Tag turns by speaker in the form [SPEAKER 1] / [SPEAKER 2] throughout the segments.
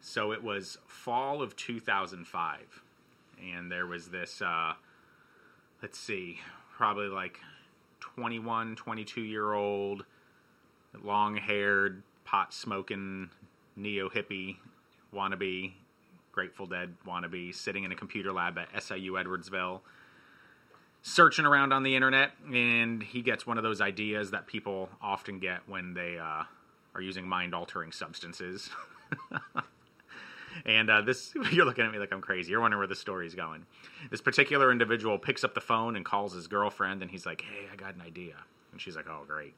[SPEAKER 1] So it was fall of 2005, and there was this, uh, let's see, probably like 21, 22 year old, long haired, pot smoking, neo hippie wannabe, Grateful Dead wannabe, sitting in a computer lab at SIU Edwardsville searching around on the internet, and he gets one of those ideas that people often get when they uh, are using mind altering substances. and uh, this, you're looking at me like I'm crazy. You're wondering where the story's going. This particular individual picks up the phone and calls his girlfriend, and he's like, Hey, I got an idea. And she's like, Oh, great.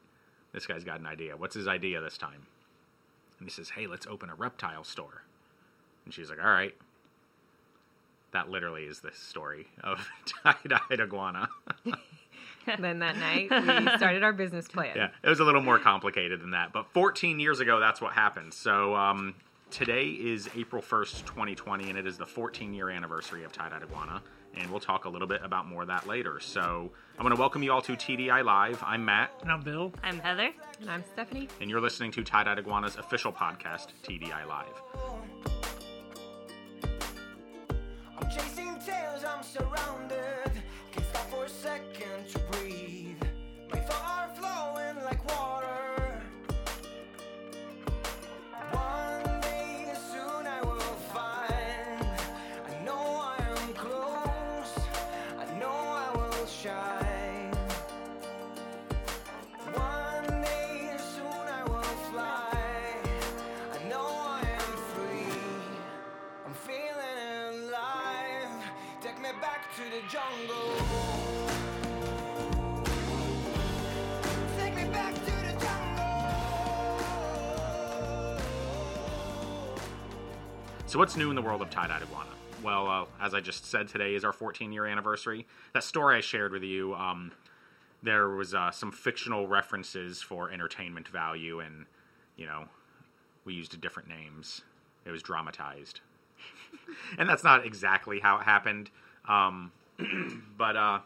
[SPEAKER 1] This guy's got an idea. What's his idea this time? And he says, Hey, let's open a reptile store. And she's like, All right that literally is the story of tie-dyed iguana.
[SPEAKER 2] then that night, we started our business plan.
[SPEAKER 1] yeah, it was a little more complicated than that. But 14 years ago, that's what happened. So um, today is April 1st, 2020, and it is the 14-year anniversary of tie-dyed iguana. And we'll talk a little bit about more of that later. So I'm going to welcome you all to TDI Live. I'm Matt,
[SPEAKER 3] And I'm Bill.
[SPEAKER 4] I'm Heather.
[SPEAKER 2] And I'm Stephanie.
[SPEAKER 1] and you're listening to Tie-Dyed Iguana's official podcast, TDI Live.
[SPEAKER 5] I'm chasing tails, I'm surrounded. Can't stop for a second to breathe. My thoughts are flowing like water. One day soon I will find. I know I am close. I know I will shine. One day soon I will fly. I know I am free. I'm feeling alive. Take me back to the jungle. Take me back to the jungle.
[SPEAKER 1] So, what's new in the world of tie dyed iguana? Well, uh, as I just said, today is our 14 year anniversary. That story I shared with you, um, there was uh, some fictional references for entertainment value, and you know, we used different names. It was dramatized, and that's not exactly how it happened. Um, but uh,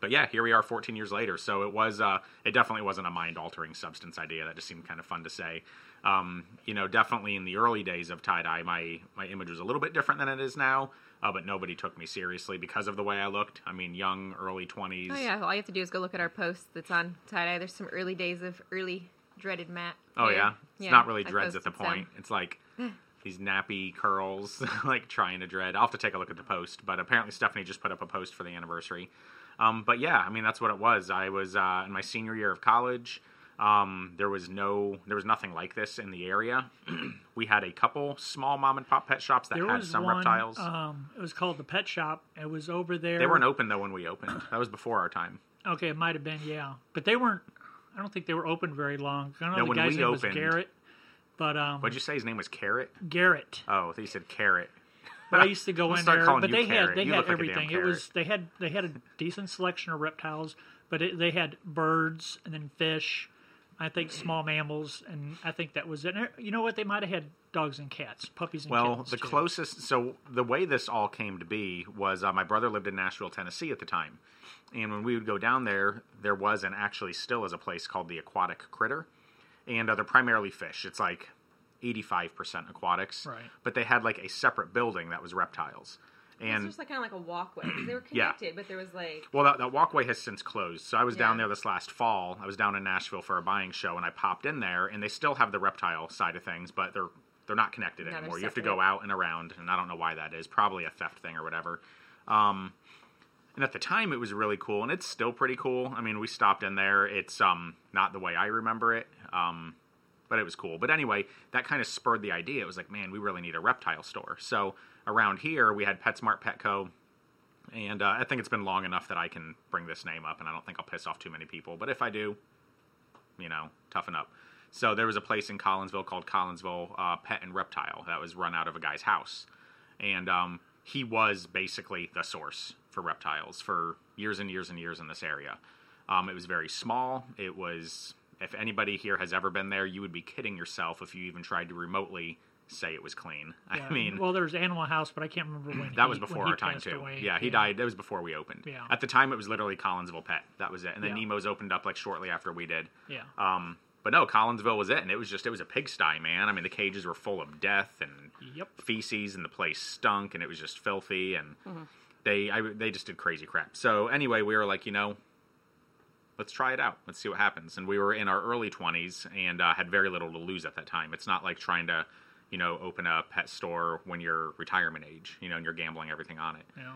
[SPEAKER 1] but yeah, here we are 14 years later. So it was, uh, it definitely wasn't a mind altering substance idea. That just seemed kind of fun to say. Um, you know, definitely in the early days of tie dye, my, my image was a little bit different than it is now, uh, but nobody took me seriously because of the way I looked. I mean, young, early 20s.
[SPEAKER 2] Oh, yeah. All you have to do is go look at our post that's on tie dye. There's some early days of early dreaded Matt.
[SPEAKER 1] Oh,
[SPEAKER 2] hair.
[SPEAKER 1] yeah. It's not really
[SPEAKER 2] I
[SPEAKER 1] dreads at the
[SPEAKER 2] posted some.
[SPEAKER 1] point. It's like these nappy curls, like trying to dread. I'll have to take a look at the post, but apparently Stephanie just put up a post for the anniversary. Um, but yeah, I mean that's what it was. I was uh, in my senior year of college. Um, there was no, there was nothing like this in the area. we had a couple small mom and pop pet shops that
[SPEAKER 3] There
[SPEAKER 1] had
[SPEAKER 3] was
[SPEAKER 1] some
[SPEAKER 3] one.
[SPEAKER 1] reptiles.
[SPEAKER 3] Um, it was called the Pet Shop. It was over there.
[SPEAKER 1] they weren't open though when we opened. That was before our time.
[SPEAKER 3] Okay, it might have been yeah, but they weren't. I don't think they were open very long. I know
[SPEAKER 1] No,
[SPEAKER 3] the
[SPEAKER 1] when
[SPEAKER 3] guy's
[SPEAKER 1] we
[SPEAKER 3] name
[SPEAKER 1] opened-
[SPEAKER 3] was Garrett, but um,
[SPEAKER 1] What'd you say? His name was Carrot.
[SPEAKER 3] Garrett.
[SPEAKER 1] Oh, they said Carrot.
[SPEAKER 3] But I used to go
[SPEAKER 1] Let's
[SPEAKER 3] in
[SPEAKER 1] start
[SPEAKER 3] there.
[SPEAKER 1] calling
[SPEAKER 3] But
[SPEAKER 1] you
[SPEAKER 3] they
[SPEAKER 1] Carrot.
[SPEAKER 3] had they
[SPEAKER 1] You
[SPEAKER 3] had
[SPEAKER 1] look like a damn
[SPEAKER 3] everything. it
[SPEAKER 1] carrot.
[SPEAKER 3] was they had they had a decent selection of reptiles, but it, they had birds and then fish. I think small mammals, and I think that was it. And, You know what? They might have had dogs and cats, puppies and
[SPEAKER 1] Well,
[SPEAKER 3] kittens,
[SPEAKER 1] the
[SPEAKER 3] too.
[SPEAKER 1] closest, so the way this all came to be was uh, my brother lived in Nashville, Tennessee at the time. And when we would go down there, there was and actually still is a place called the Aquatic Critter. And uh, they're primarily fish. It's like 85% aquatics.
[SPEAKER 3] Right.
[SPEAKER 1] But they had like a separate building that was reptiles.
[SPEAKER 2] It
[SPEAKER 1] And
[SPEAKER 2] was just like kind of like a walkway. 'cause They were
[SPEAKER 1] Yeah.
[SPEAKER 2] connected, but there was like.
[SPEAKER 1] well, that, that walkway has since closed. So I was down
[SPEAKER 2] Yeah.
[SPEAKER 1] there this last fall. I was down in Nashville for a buying show, and I popped in there, and they still have the reptile side of things, but they're they're not connected
[SPEAKER 2] No, they're
[SPEAKER 1] anymore. You have to
[SPEAKER 2] separate.
[SPEAKER 1] go out and around, and I don't know why that is. Probably a theft thing or whatever. Um, and at the time, it was really cool, and it's still pretty cool. I mean, we stopped in there. It's um not the way I remember it. Um, but it was cool. But anyway, that kind of spurred the idea. It was like, man, we really need a reptile store. So around here, we had PetSmart, Petco, and uh, I think it's been long enough that I can bring this name up, and I don't think I'll piss off too many people. But if I do, you know, toughen up. So there was a place in Collinsville called Collinsville uh, Pet and Reptile that was run out of a guy's house, and um, he was basically the source for reptiles for years and years and years in this area. Um, it was very small. It was if anybody here has ever been there, you would be kidding yourself if you even tried to remotely say it was clean.
[SPEAKER 3] Yeah,
[SPEAKER 1] I mean,
[SPEAKER 3] well, there was Animal House, but I can't remember when.
[SPEAKER 1] that
[SPEAKER 3] he-
[SPEAKER 1] was before
[SPEAKER 3] when he
[SPEAKER 1] our time
[SPEAKER 3] passed
[SPEAKER 1] too.
[SPEAKER 3] away.
[SPEAKER 1] Yeah, he died. That was before we opened.
[SPEAKER 3] Yeah.
[SPEAKER 1] At the time, it was literally Collinsville Pet. That was it. And then
[SPEAKER 3] Yeah.
[SPEAKER 1] Nemo's opened up like shortly after we did.
[SPEAKER 3] Yeah.
[SPEAKER 1] Um, But no, Collinsville was it, and it was just it was a pigsty, man. I mean, the cages were full of death and
[SPEAKER 3] Uh, Yep.
[SPEAKER 1] feces, and the place stunk, and it was just filthy, and they I, they just did crazy crap. So anyway, we were like, you know, let's try it out, let's see what happens. And we were in our early twenties and uh, had very little to lose at that time. It's not like trying to, you know, open a pet store when you're retirement age, you know, and you're gambling everything on it.
[SPEAKER 3] You know.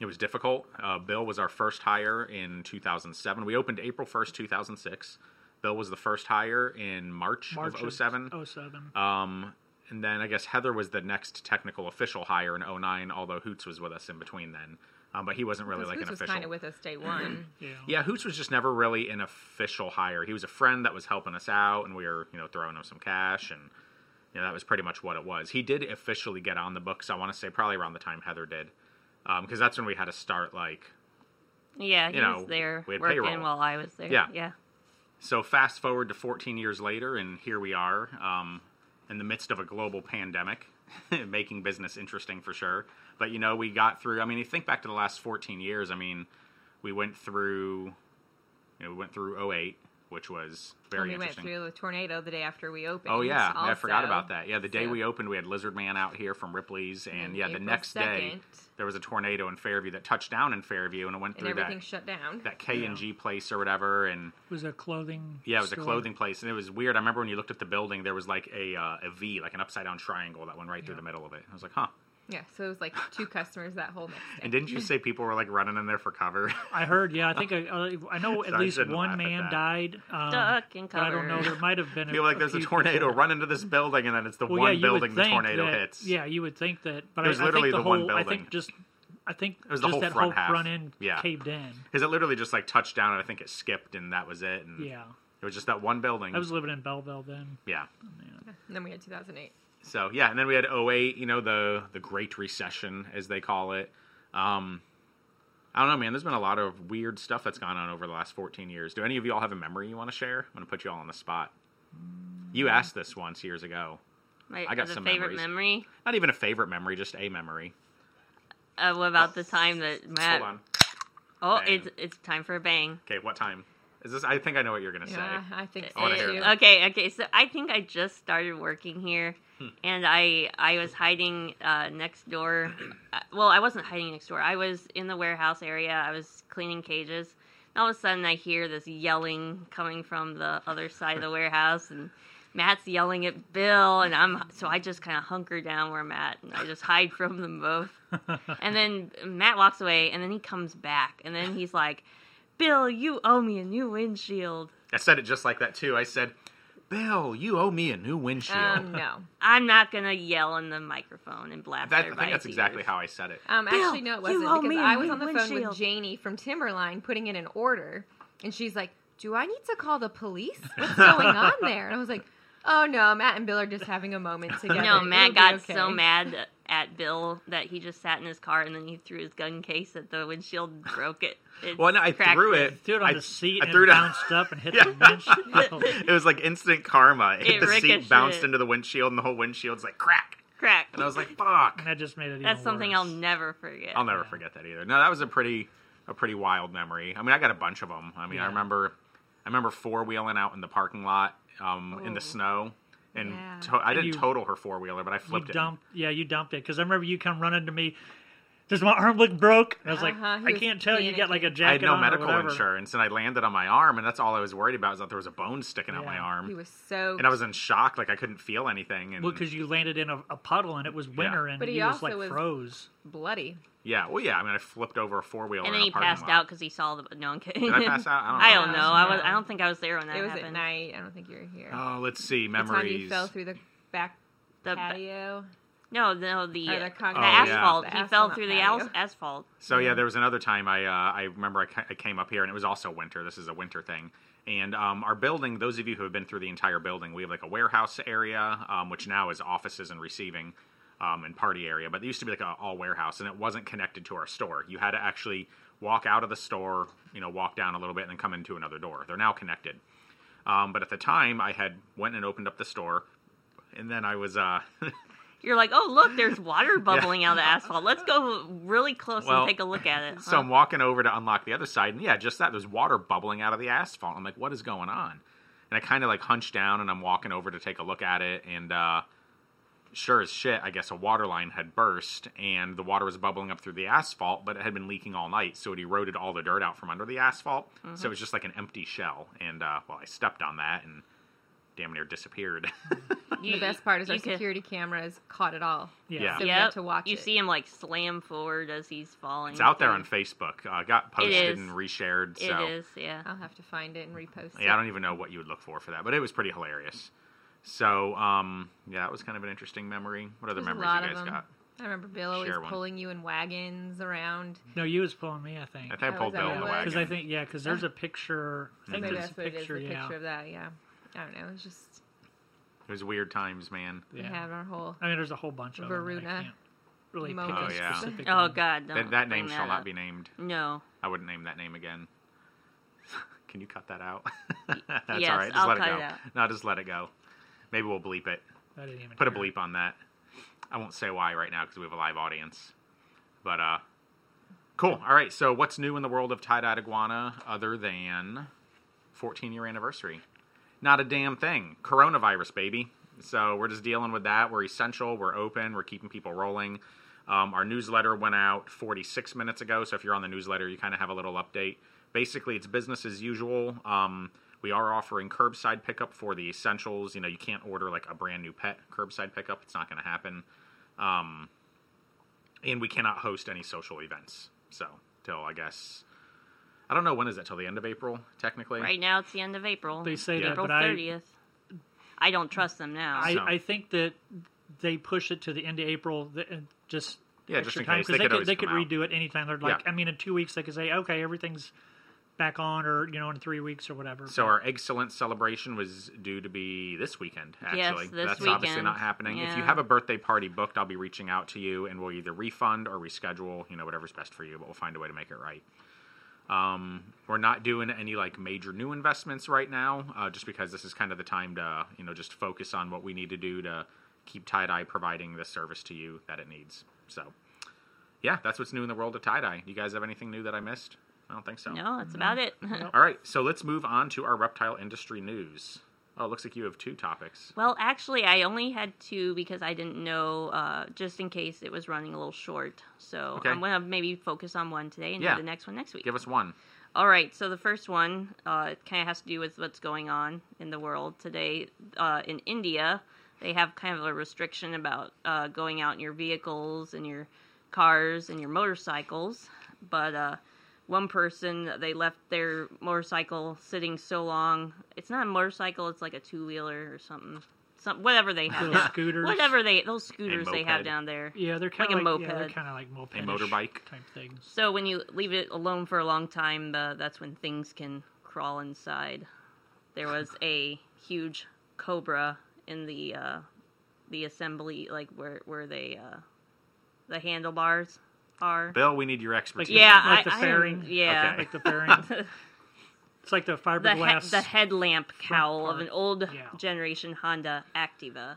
[SPEAKER 1] It was difficult. Uh, Bill was our first hire in 2007. We opened April 1st, 2006. Bill was the first hire in March,
[SPEAKER 3] March
[SPEAKER 1] of 07.
[SPEAKER 3] 07.
[SPEAKER 1] Um, and then I guess Heather was the next technical official hire in 09, although Hoots was with us in between then. Um, but he wasn't really like
[SPEAKER 2] Hoots
[SPEAKER 1] an
[SPEAKER 2] was
[SPEAKER 1] official.
[SPEAKER 2] kind of with us day one.
[SPEAKER 3] yeah.
[SPEAKER 1] yeah, Hoots was just never really an official hire. He was a friend that was helping us out, and we were, you know, throwing him some cash, and you know that was pretty much what it was. He did officially get on the books. I want to say probably around the time Heather did, because that's when we had to start like
[SPEAKER 4] Yeah, he
[SPEAKER 1] you know,
[SPEAKER 4] was there
[SPEAKER 1] we had
[SPEAKER 4] working
[SPEAKER 1] payroll.
[SPEAKER 4] while I was there.
[SPEAKER 1] Yeah.
[SPEAKER 4] yeah.
[SPEAKER 1] So fast forward to 14 years later, and here we are, um, in the midst of a global pandemic, making business interesting for sure. But you know, we got through. I mean, you think back to the last 14 years. I mean, we went through, you know, we went through 08, which was
[SPEAKER 2] And
[SPEAKER 1] very
[SPEAKER 2] we went
[SPEAKER 1] interesting.
[SPEAKER 2] through the tornado the day after we opened.
[SPEAKER 1] Oh yeah, I forgot
[SPEAKER 2] also.
[SPEAKER 1] about that. Yeah, the day
[SPEAKER 2] So-
[SPEAKER 1] we opened, we had Lizard Man out here from Ripley's, and
[SPEAKER 2] And
[SPEAKER 1] yeah, the
[SPEAKER 2] April
[SPEAKER 1] next day
[SPEAKER 2] 2nd.
[SPEAKER 1] there was a tornado in Fairview that touched down in Fairview, and it went
[SPEAKER 2] And
[SPEAKER 1] through
[SPEAKER 2] everything
[SPEAKER 1] that
[SPEAKER 2] shut down.
[SPEAKER 1] that K and G place or whatever, and
[SPEAKER 3] It was a clothing.
[SPEAKER 1] yeah, it was
[SPEAKER 3] store.
[SPEAKER 1] a clothing place, and it was weird. I remember when you looked at the building, there was like a uh, a V, like an upside down triangle that went right through the middle of it. I was like, huh.
[SPEAKER 2] yeah, so it was like two customers that whole next day.
[SPEAKER 1] And didn't you say people were like running in there for cover?
[SPEAKER 3] I heard. Yeah, I think I, I, I know at
[SPEAKER 1] Sorry, I
[SPEAKER 3] least
[SPEAKER 1] shouldn't
[SPEAKER 3] one
[SPEAKER 1] laugh at
[SPEAKER 3] man
[SPEAKER 1] that.
[SPEAKER 3] died. Um,
[SPEAKER 4] Duck and
[SPEAKER 3] but I don't know.
[SPEAKER 4] cover.
[SPEAKER 3] There might have been. A,
[SPEAKER 1] People were like, there's a
[SPEAKER 3] few
[SPEAKER 1] tornado,
[SPEAKER 3] people.
[SPEAKER 1] run into this building, and then it's the
[SPEAKER 3] Well, yeah,
[SPEAKER 1] one
[SPEAKER 3] you would
[SPEAKER 1] building the
[SPEAKER 3] think
[SPEAKER 1] tornado
[SPEAKER 3] that-
[SPEAKER 1] hits.
[SPEAKER 3] Yeah, you would think that. But
[SPEAKER 1] It was
[SPEAKER 3] I,
[SPEAKER 1] literally
[SPEAKER 3] I think
[SPEAKER 1] the
[SPEAKER 3] the,
[SPEAKER 1] one
[SPEAKER 3] whole. I
[SPEAKER 1] building.
[SPEAKER 3] think just. I think
[SPEAKER 1] was the
[SPEAKER 3] just
[SPEAKER 1] whole
[SPEAKER 3] that
[SPEAKER 1] front
[SPEAKER 3] whole
[SPEAKER 1] half.
[SPEAKER 3] front end
[SPEAKER 1] Yeah.
[SPEAKER 3] caved in.
[SPEAKER 1] Because it literally just like touched down, and I think it skipped, and that was it. And
[SPEAKER 3] Yeah,
[SPEAKER 1] It was just that one building.
[SPEAKER 3] I was living in Belleville then.
[SPEAKER 1] yeah.
[SPEAKER 2] And then we had 2008.
[SPEAKER 1] So yeah, and then we had 08, you know, the the Great Recession as they call it. Um I don't know, man. There's been a lot of weird stuff that's gone on over the last 14 years. Do any of you all have a memory you want to share? I'm gonna put you all on the spot.
[SPEAKER 4] Mm.
[SPEAKER 1] You asked this once years ago.
[SPEAKER 4] My
[SPEAKER 1] I got
[SPEAKER 4] the
[SPEAKER 1] some
[SPEAKER 4] favorite
[SPEAKER 1] memories.
[SPEAKER 4] memory
[SPEAKER 1] Not even a favorite memory, just a memory.
[SPEAKER 4] uh, about the time that Matt.
[SPEAKER 1] Hold on.
[SPEAKER 4] Oh,
[SPEAKER 1] Bang.
[SPEAKER 4] it's it's time for a bang.
[SPEAKER 1] Okay, what time? Is this? I think I know what you're gonna
[SPEAKER 2] Yeah,
[SPEAKER 1] say.
[SPEAKER 2] I think
[SPEAKER 4] It-
[SPEAKER 2] so
[SPEAKER 1] wanna hear
[SPEAKER 2] too.
[SPEAKER 1] that.
[SPEAKER 4] okay, okay. So I think I just started working here,
[SPEAKER 1] Hmm.
[SPEAKER 4] and I I was hiding uh, next door. Uh, Well, I wasn't hiding next door. I was in the warehouse area. I was cleaning cages. And all of a sudden, I hear this yelling coming from the other side of the warehouse, and Matt's yelling at Bill, and I'm so I just kind of hunker down where I'm at, and I just hide from them both. And then Matt walks away, and then he comes back, and then he's like, "Bill, you owe me a new windshield."
[SPEAKER 1] I said it just like that too. I said, "Bill, you owe me a new windshield."
[SPEAKER 2] Um, no.
[SPEAKER 4] I'm not gonna yell in the microphone and blast
[SPEAKER 1] that, I
[SPEAKER 4] everybody's
[SPEAKER 1] think that's exactly
[SPEAKER 4] ears.
[SPEAKER 1] how I said it.
[SPEAKER 2] Um,
[SPEAKER 4] Bill,
[SPEAKER 2] actually, no, it wasn't
[SPEAKER 4] you owe
[SPEAKER 2] because
[SPEAKER 4] me a
[SPEAKER 2] I was
[SPEAKER 4] new
[SPEAKER 2] on the phone
[SPEAKER 4] windshield.
[SPEAKER 2] with Janie from Timberline putting in an order, and she's like, "Do I need to call the police? What's going on there?" And I was like, "Oh no, Matt and Bill are just having a moment together."
[SPEAKER 4] No,
[SPEAKER 2] It'll
[SPEAKER 4] Matt
[SPEAKER 2] be
[SPEAKER 4] got
[SPEAKER 2] okay."
[SPEAKER 4] so mad at Bill that he just sat in his car and then he threw his gun case at the windshield, and broke it. It
[SPEAKER 1] Well, no, I
[SPEAKER 4] cracked
[SPEAKER 1] threw it.
[SPEAKER 3] Threw it on
[SPEAKER 1] Mm. I-
[SPEAKER 3] the seat
[SPEAKER 1] I
[SPEAKER 3] and
[SPEAKER 1] threw
[SPEAKER 3] it
[SPEAKER 1] it on-
[SPEAKER 3] bounced up and hit
[SPEAKER 1] Yeah.
[SPEAKER 3] the Oh, windshield.
[SPEAKER 1] it was like instant karma. It hit
[SPEAKER 4] It
[SPEAKER 1] the seat,
[SPEAKER 4] ricocheted.
[SPEAKER 1] bounced into the windshield, and the whole windshield's like crack.
[SPEAKER 4] Crack.
[SPEAKER 1] And I was like, "Fuck!"
[SPEAKER 3] and that just made it.
[SPEAKER 4] That's
[SPEAKER 3] even
[SPEAKER 4] something
[SPEAKER 3] worse.
[SPEAKER 4] I'll never forget.
[SPEAKER 1] I'll never forget that either. No, that was a pretty, a pretty wild memory. I mean, I got a bunch of them. I mean, I
[SPEAKER 3] Yeah.
[SPEAKER 1] remember, I remember four wheeling out in the parking lot um, in the
[SPEAKER 4] Ooh.
[SPEAKER 1] snow, and
[SPEAKER 2] Yeah.
[SPEAKER 1] to- I didn't
[SPEAKER 3] you-
[SPEAKER 1] total her four wheeler, but I
[SPEAKER 3] You
[SPEAKER 1] flipped it.
[SPEAKER 3] dumped, yeah, you dumped it because I remember you come running to me. Does my arm look broke? And I was like,
[SPEAKER 2] Uh-huh, he
[SPEAKER 3] I
[SPEAKER 2] was
[SPEAKER 3] can't tell. You got like a
[SPEAKER 2] panicking.
[SPEAKER 3] jacket.
[SPEAKER 1] I had no
[SPEAKER 3] on or
[SPEAKER 1] medical
[SPEAKER 3] whatever.
[SPEAKER 1] insurance, and I landed on my arm, and that's all I was worried about was that there was a bone sticking out my
[SPEAKER 3] Yeah.
[SPEAKER 1] arm,
[SPEAKER 2] He was so.
[SPEAKER 1] and I was in shock, like I couldn't feel anything. And
[SPEAKER 3] Well, because you landed in a, a puddle and it was winter and
[SPEAKER 2] But he
[SPEAKER 3] you just
[SPEAKER 2] also
[SPEAKER 3] like
[SPEAKER 2] was-
[SPEAKER 3] froze.
[SPEAKER 2] bloody.
[SPEAKER 1] yeah, well, yeah. I mean, I flipped over a four wheeler,
[SPEAKER 4] And then he passed out because he saw the. No, I'm kidding.
[SPEAKER 1] Did I pass out? Oh, I don't know.
[SPEAKER 4] I don't know. I was. I don't think I was there when that
[SPEAKER 2] It was at
[SPEAKER 4] happened.
[SPEAKER 2] night. I don't think you were here.
[SPEAKER 1] Oh, let's see
[SPEAKER 2] the time you
[SPEAKER 1] memories.
[SPEAKER 2] fell through the back
[SPEAKER 4] The-
[SPEAKER 2] patio.
[SPEAKER 4] no, no, the,
[SPEAKER 2] Or the concrete.
[SPEAKER 4] the
[SPEAKER 1] Oh, yeah.
[SPEAKER 4] asphalt.
[SPEAKER 2] The
[SPEAKER 4] He
[SPEAKER 2] asphalt
[SPEAKER 4] fell
[SPEAKER 2] on
[SPEAKER 4] through
[SPEAKER 2] the
[SPEAKER 4] the as-
[SPEAKER 2] patio.
[SPEAKER 4] asphalt.
[SPEAKER 1] So yeah, there was another time I uh, I remember I, ca- I came up here and it was also winter. This is a winter thing, and um, our building. Those of you who have been through the entire building, we have like a warehouse area, um, which now is offices and receiving, um, and party area. But it used to be like a all warehouse, and it wasn't connected to our store. You had to actually walk out of the store, you know, walk down a little bit, and then come into another door. They're now connected. Um, but at the time, I had went and opened up the store, and then I was uh,
[SPEAKER 4] You're like, oh look, there's water bubbling out of the asphalt. Let's go really close
[SPEAKER 1] Well,
[SPEAKER 4] and take a look at it.
[SPEAKER 1] So
[SPEAKER 4] huh?
[SPEAKER 1] I'm walking over to unlock the other side, and yeah, just that. There's water bubbling out of the asphalt. I'm like, what is going on? And I kind of like hunch down and I'm walking over to take a look at it. And uh, sure as shit, I guess a water line had burst and the water was bubbling up through the asphalt, but it had been leaking all night. So it eroded all the dirt out from under the asphalt.
[SPEAKER 4] Mm-hmm.
[SPEAKER 1] So it was just like an empty shell. And uh, well, I stepped on that and damn near disappeared.
[SPEAKER 2] The best part is our
[SPEAKER 4] you could-
[SPEAKER 2] security cameras caught it all.
[SPEAKER 1] Yeah.
[SPEAKER 3] Yeah.
[SPEAKER 2] So we
[SPEAKER 4] Yep.
[SPEAKER 2] have to watch
[SPEAKER 4] you
[SPEAKER 2] it.
[SPEAKER 4] see him like slam forward as he's falling.
[SPEAKER 1] it's out there
[SPEAKER 4] through.
[SPEAKER 1] on Facebook. Uh, got posted
[SPEAKER 4] Mm-hmm. is.
[SPEAKER 1] and reshared.
[SPEAKER 4] It
[SPEAKER 1] so
[SPEAKER 4] is, yeah.
[SPEAKER 2] I'll have to find it and repost
[SPEAKER 1] Yeah, I
[SPEAKER 2] it.
[SPEAKER 1] don't even know what you would look for for that, but it was pretty hilarious. So, um, yeah, that was kind of an interesting memory. What other
[SPEAKER 2] There's
[SPEAKER 1] memories
[SPEAKER 2] a lot
[SPEAKER 1] you guys
[SPEAKER 2] of them.
[SPEAKER 1] got?
[SPEAKER 2] I remember Bill always
[SPEAKER 1] Share one.
[SPEAKER 2] pulling you in wagons around.
[SPEAKER 3] No, you was pulling me. I think.
[SPEAKER 1] I think I
[SPEAKER 2] Oh,
[SPEAKER 1] pulled
[SPEAKER 2] is that
[SPEAKER 1] Bill in the
[SPEAKER 2] what it
[SPEAKER 1] wagon.
[SPEAKER 2] was?
[SPEAKER 3] Because I think yeah, because there's a picture. I
[SPEAKER 2] So
[SPEAKER 3] think
[SPEAKER 2] maybe
[SPEAKER 3] there's
[SPEAKER 2] that's
[SPEAKER 3] a
[SPEAKER 2] what it is,
[SPEAKER 3] picture.
[SPEAKER 2] the
[SPEAKER 3] yeah.
[SPEAKER 2] picture of that, yeah. I don't know. It's just
[SPEAKER 1] It was weird times, man.
[SPEAKER 2] we
[SPEAKER 3] Yeah.
[SPEAKER 2] had our whole
[SPEAKER 3] I mean, there's a whole bunch of them. that I
[SPEAKER 2] Varuna
[SPEAKER 3] can't really pick
[SPEAKER 2] moment.
[SPEAKER 3] a
[SPEAKER 1] Oh, yeah.
[SPEAKER 3] specific
[SPEAKER 4] Oh
[SPEAKER 3] one.
[SPEAKER 4] God,
[SPEAKER 1] That,
[SPEAKER 4] don't
[SPEAKER 1] that
[SPEAKER 4] bring
[SPEAKER 1] name shall
[SPEAKER 4] up.
[SPEAKER 1] not be named.
[SPEAKER 4] No.
[SPEAKER 1] I wouldn't name that name again. Can you cut that out? That's
[SPEAKER 4] yes,
[SPEAKER 1] all right. Just
[SPEAKER 4] I'll
[SPEAKER 1] let it
[SPEAKER 4] cut
[SPEAKER 1] go.
[SPEAKER 4] it out.
[SPEAKER 1] No, just let it go. Maybe we'll bleep it.
[SPEAKER 3] I didn't even
[SPEAKER 1] Put a
[SPEAKER 3] hear it.
[SPEAKER 1] bleep on that. I won't say why right now because we have a live audience. But uh, cool. All right. So, what's new in the world of tie-dyed iguana other than 14-year anniversary? Not a damn thing. Coronavirus, baby. So we're just dealing with that. We're essential. We're open. We're keeping people rolling. Um, our newsletter went out 46 minutes ago. So if you're on the newsletter, you kind of have a little update. Basically, it's business as usual. Um, we are offering curbside pickup for the essentials. You know, you can't order like a brand new pet curbside pickup. It's not going to happen. Um, and we cannot host any social events. So till I guess I don't know when is it till the end of April technically.
[SPEAKER 4] Right now it's the end of April.
[SPEAKER 3] They say
[SPEAKER 1] Yeah.
[SPEAKER 3] that,
[SPEAKER 4] April
[SPEAKER 3] but I
[SPEAKER 4] thirtieth. I don't trust them now.
[SPEAKER 3] I,
[SPEAKER 1] So-
[SPEAKER 3] I think that they push it to the end of April, th- and just
[SPEAKER 1] Yeah, just
[SPEAKER 3] extra
[SPEAKER 1] in
[SPEAKER 3] time
[SPEAKER 1] case.
[SPEAKER 3] because
[SPEAKER 1] They could always
[SPEAKER 3] they could
[SPEAKER 1] come out.
[SPEAKER 3] redo it anytime. They're like,
[SPEAKER 1] Yeah.
[SPEAKER 3] I mean, in two weeks they could say, okay, everything's back on, or you know, in three weeks or whatever.
[SPEAKER 4] Mm-hmm.
[SPEAKER 1] So our excellence celebration was due to be this weekend.
[SPEAKER 4] Yes,
[SPEAKER 1] Actually,
[SPEAKER 4] this
[SPEAKER 1] that's obviously
[SPEAKER 4] weekend.
[SPEAKER 1] not happening. If you
[SPEAKER 4] Yeah.
[SPEAKER 1] have a birthday party booked, I'll be reaching out to you, and we'll either refund or reschedule. You know, whatever's best for you, but we'll find a way to make it right. Um, we're not doing any like major new investments right now, uh, just because this is kind of the time to you know just focus on what we need to do to keep tie dye providing the service to you that it needs. So, yeah, that's what's new in the world of tie dye. You guys have anything new that I missed? I don't think so.
[SPEAKER 4] No, that's about it.
[SPEAKER 1] All right, so let's move on to our reptile industry news. Oh, it looks like you have two topics.
[SPEAKER 4] well, actually, I only had two because I didn't know, uh, just in case it was running a little short. So
[SPEAKER 1] Okay.
[SPEAKER 4] I'm gonna maybe focus on one today and
[SPEAKER 1] Yeah.
[SPEAKER 4] do the next one next week.
[SPEAKER 1] Give us one.
[SPEAKER 4] All right, so the first one, uh, it kind of has to do with what's going on in the world today. Uh, in India, they have kind of a restriction about uh, going out in your vehicles and your cars and your motorcycles. But uh, one person, they left their motorcycle sitting so long. It's not a motorcycle; it's like a two-wheeler or something, some whatever they have,
[SPEAKER 3] Those
[SPEAKER 4] down-
[SPEAKER 3] scooters.
[SPEAKER 4] whatever they those scooters they have
[SPEAKER 1] moped.
[SPEAKER 4] down there.
[SPEAKER 3] Yeah, they're kind
[SPEAKER 4] Like
[SPEAKER 3] of
[SPEAKER 4] a
[SPEAKER 3] like, yeah, they're
[SPEAKER 4] moped.
[SPEAKER 3] kind of like moped,
[SPEAKER 1] motorbike.
[SPEAKER 3] type things.
[SPEAKER 4] So when you leave it alone for a long time, uh, that's when things can crawl inside. There was a huge cobra in the uh, the assembly, like where where they uh, the handlebars are.
[SPEAKER 1] Bill, we need your expertise.
[SPEAKER 3] Like-
[SPEAKER 4] yeah,
[SPEAKER 3] like
[SPEAKER 4] I,
[SPEAKER 3] the
[SPEAKER 4] I-
[SPEAKER 3] fairing?
[SPEAKER 4] yeah.
[SPEAKER 1] Okay.
[SPEAKER 3] Like the fairing. it's like the
[SPEAKER 4] The, he-
[SPEAKER 3] fiberglass.
[SPEAKER 4] the headlamp cowl of
[SPEAKER 3] part.
[SPEAKER 4] an old
[SPEAKER 3] Yeah.
[SPEAKER 4] generation Honda Activa.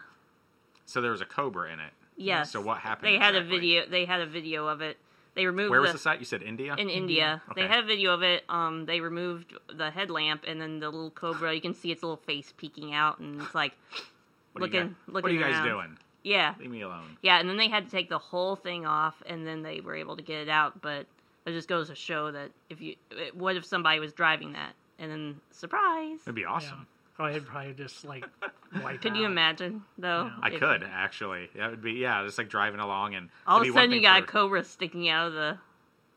[SPEAKER 1] So there was a cobra in it.
[SPEAKER 4] Yes.
[SPEAKER 1] So what happened?
[SPEAKER 4] They had a
[SPEAKER 1] exactly?
[SPEAKER 4] video. They had a video of it. They removed
[SPEAKER 1] Where was
[SPEAKER 4] the,
[SPEAKER 1] this at? You said India.
[SPEAKER 4] in India.
[SPEAKER 1] Okay.
[SPEAKER 4] They had a video of it. Um, they removed the headlamp, and then the little cobra. You can see its little face peeking out, and it's like
[SPEAKER 1] what Are you
[SPEAKER 4] looking,
[SPEAKER 1] guys,
[SPEAKER 4] looking.
[SPEAKER 1] What are you guys
[SPEAKER 4] around.
[SPEAKER 1] doing?
[SPEAKER 4] Yeah,
[SPEAKER 1] Leave me alone.
[SPEAKER 4] yeah. And then they had to take the whole thing off, and then they were able to get it out. But it just goes to show that if you, it- what if somebody was driving that, and then surprise?
[SPEAKER 1] It'd be
[SPEAKER 3] Yeah.
[SPEAKER 1] awesome.
[SPEAKER 3] Oh, I'd probably just like wipe.
[SPEAKER 4] Could you
[SPEAKER 3] out.
[SPEAKER 4] imagine though?
[SPEAKER 3] Yeah.
[SPEAKER 1] I
[SPEAKER 4] If-
[SPEAKER 1] could actually. That would be yeah. Just like driving along and
[SPEAKER 4] All of
[SPEAKER 1] it'd
[SPEAKER 4] a
[SPEAKER 1] be one
[SPEAKER 4] sudden, you
[SPEAKER 1] thing
[SPEAKER 4] got a
[SPEAKER 1] for-
[SPEAKER 4] cobra sticking out of the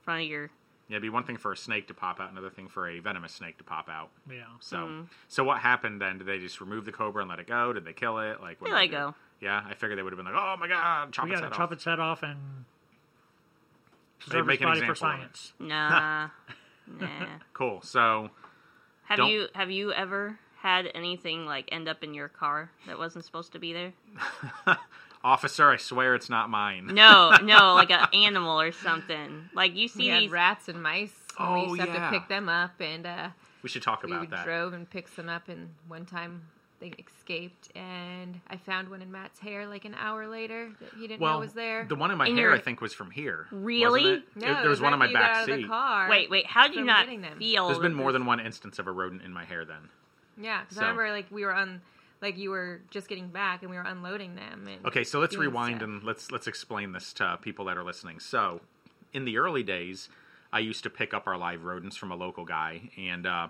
[SPEAKER 4] front of your.
[SPEAKER 1] yeah, it'd be one thing for a snake to pop out, another thing for a venomous snake to pop out.
[SPEAKER 3] Yeah.
[SPEAKER 1] So,
[SPEAKER 2] Mm-hmm.
[SPEAKER 4] Mhm.
[SPEAKER 1] so what happened then? Did they just remove the cobra and let it go? Did they kill it? Like, what
[SPEAKER 4] They
[SPEAKER 1] did
[SPEAKER 4] let
[SPEAKER 1] do?
[SPEAKER 4] go.
[SPEAKER 1] Yeah, I figured they would have been like, "Oh my god, chop
[SPEAKER 3] We
[SPEAKER 1] its
[SPEAKER 3] gotta
[SPEAKER 1] head
[SPEAKER 3] chop
[SPEAKER 1] off."
[SPEAKER 3] its head off and preserve
[SPEAKER 1] make
[SPEAKER 3] its
[SPEAKER 1] an
[SPEAKER 3] body for
[SPEAKER 1] example of it.
[SPEAKER 3] science.
[SPEAKER 4] Nah, nah.
[SPEAKER 1] Cool. So
[SPEAKER 4] Have
[SPEAKER 1] Don't-
[SPEAKER 4] you have you ever had anything like end up in your car that wasn't supposed to be there?
[SPEAKER 1] Officer, I swear it's not mine.
[SPEAKER 4] No, no, like an animal or something. Like you
[SPEAKER 2] we
[SPEAKER 4] see
[SPEAKER 2] had
[SPEAKER 4] these.
[SPEAKER 2] rats and mice. and
[SPEAKER 1] Oh,
[SPEAKER 2] we used to
[SPEAKER 1] yeah.
[SPEAKER 2] have to pick them up, and uh,
[SPEAKER 1] We should talk
[SPEAKER 2] we
[SPEAKER 1] about that.
[SPEAKER 2] drove and picked them up. And one time they escaped, and I found one in Matt's hair like an hour later that he didn't
[SPEAKER 1] well,
[SPEAKER 2] know was there.
[SPEAKER 1] the one in my
[SPEAKER 4] In
[SPEAKER 1] hair,
[SPEAKER 4] your-
[SPEAKER 1] I think, was from here. wasn't
[SPEAKER 4] Really?
[SPEAKER 1] it?
[SPEAKER 2] no,
[SPEAKER 1] It-
[SPEAKER 2] it
[SPEAKER 1] there was one in
[SPEAKER 2] after
[SPEAKER 1] my
[SPEAKER 2] you got
[SPEAKER 1] back
[SPEAKER 2] out of the
[SPEAKER 1] seat.
[SPEAKER 2] car.
[SPEAKER 4] Wait, wait. How do you
[SPEAKER 2] From
[SPEAKER 4] not
[SPEAKER 2] getting them.
[SPEAKER 4] feel?
[SPEAKER 1] There's
[SPEAKER 4] that
[SPEAKER 1] been more
[SPEAKER 4] this-
[SPEAKER 1] than one instance of a rodent in my hair. Then
[SPEAKER 2] Yeah, because
[SPEAKER 1] So-
[SPEAKER 2] I remember like we were on, like you were just getting back and we were unloading them. And
[SPEAKER 1] Okay, so let's
[SPEAKER 2] doing
[SPEAKER 1] rewind
[SPEAKER 2] stuff.
[SPEAKER 1] and let's let's explain this to people that are listening. So, in the early days, I used to pick up our live rodents from a local guy, and uh,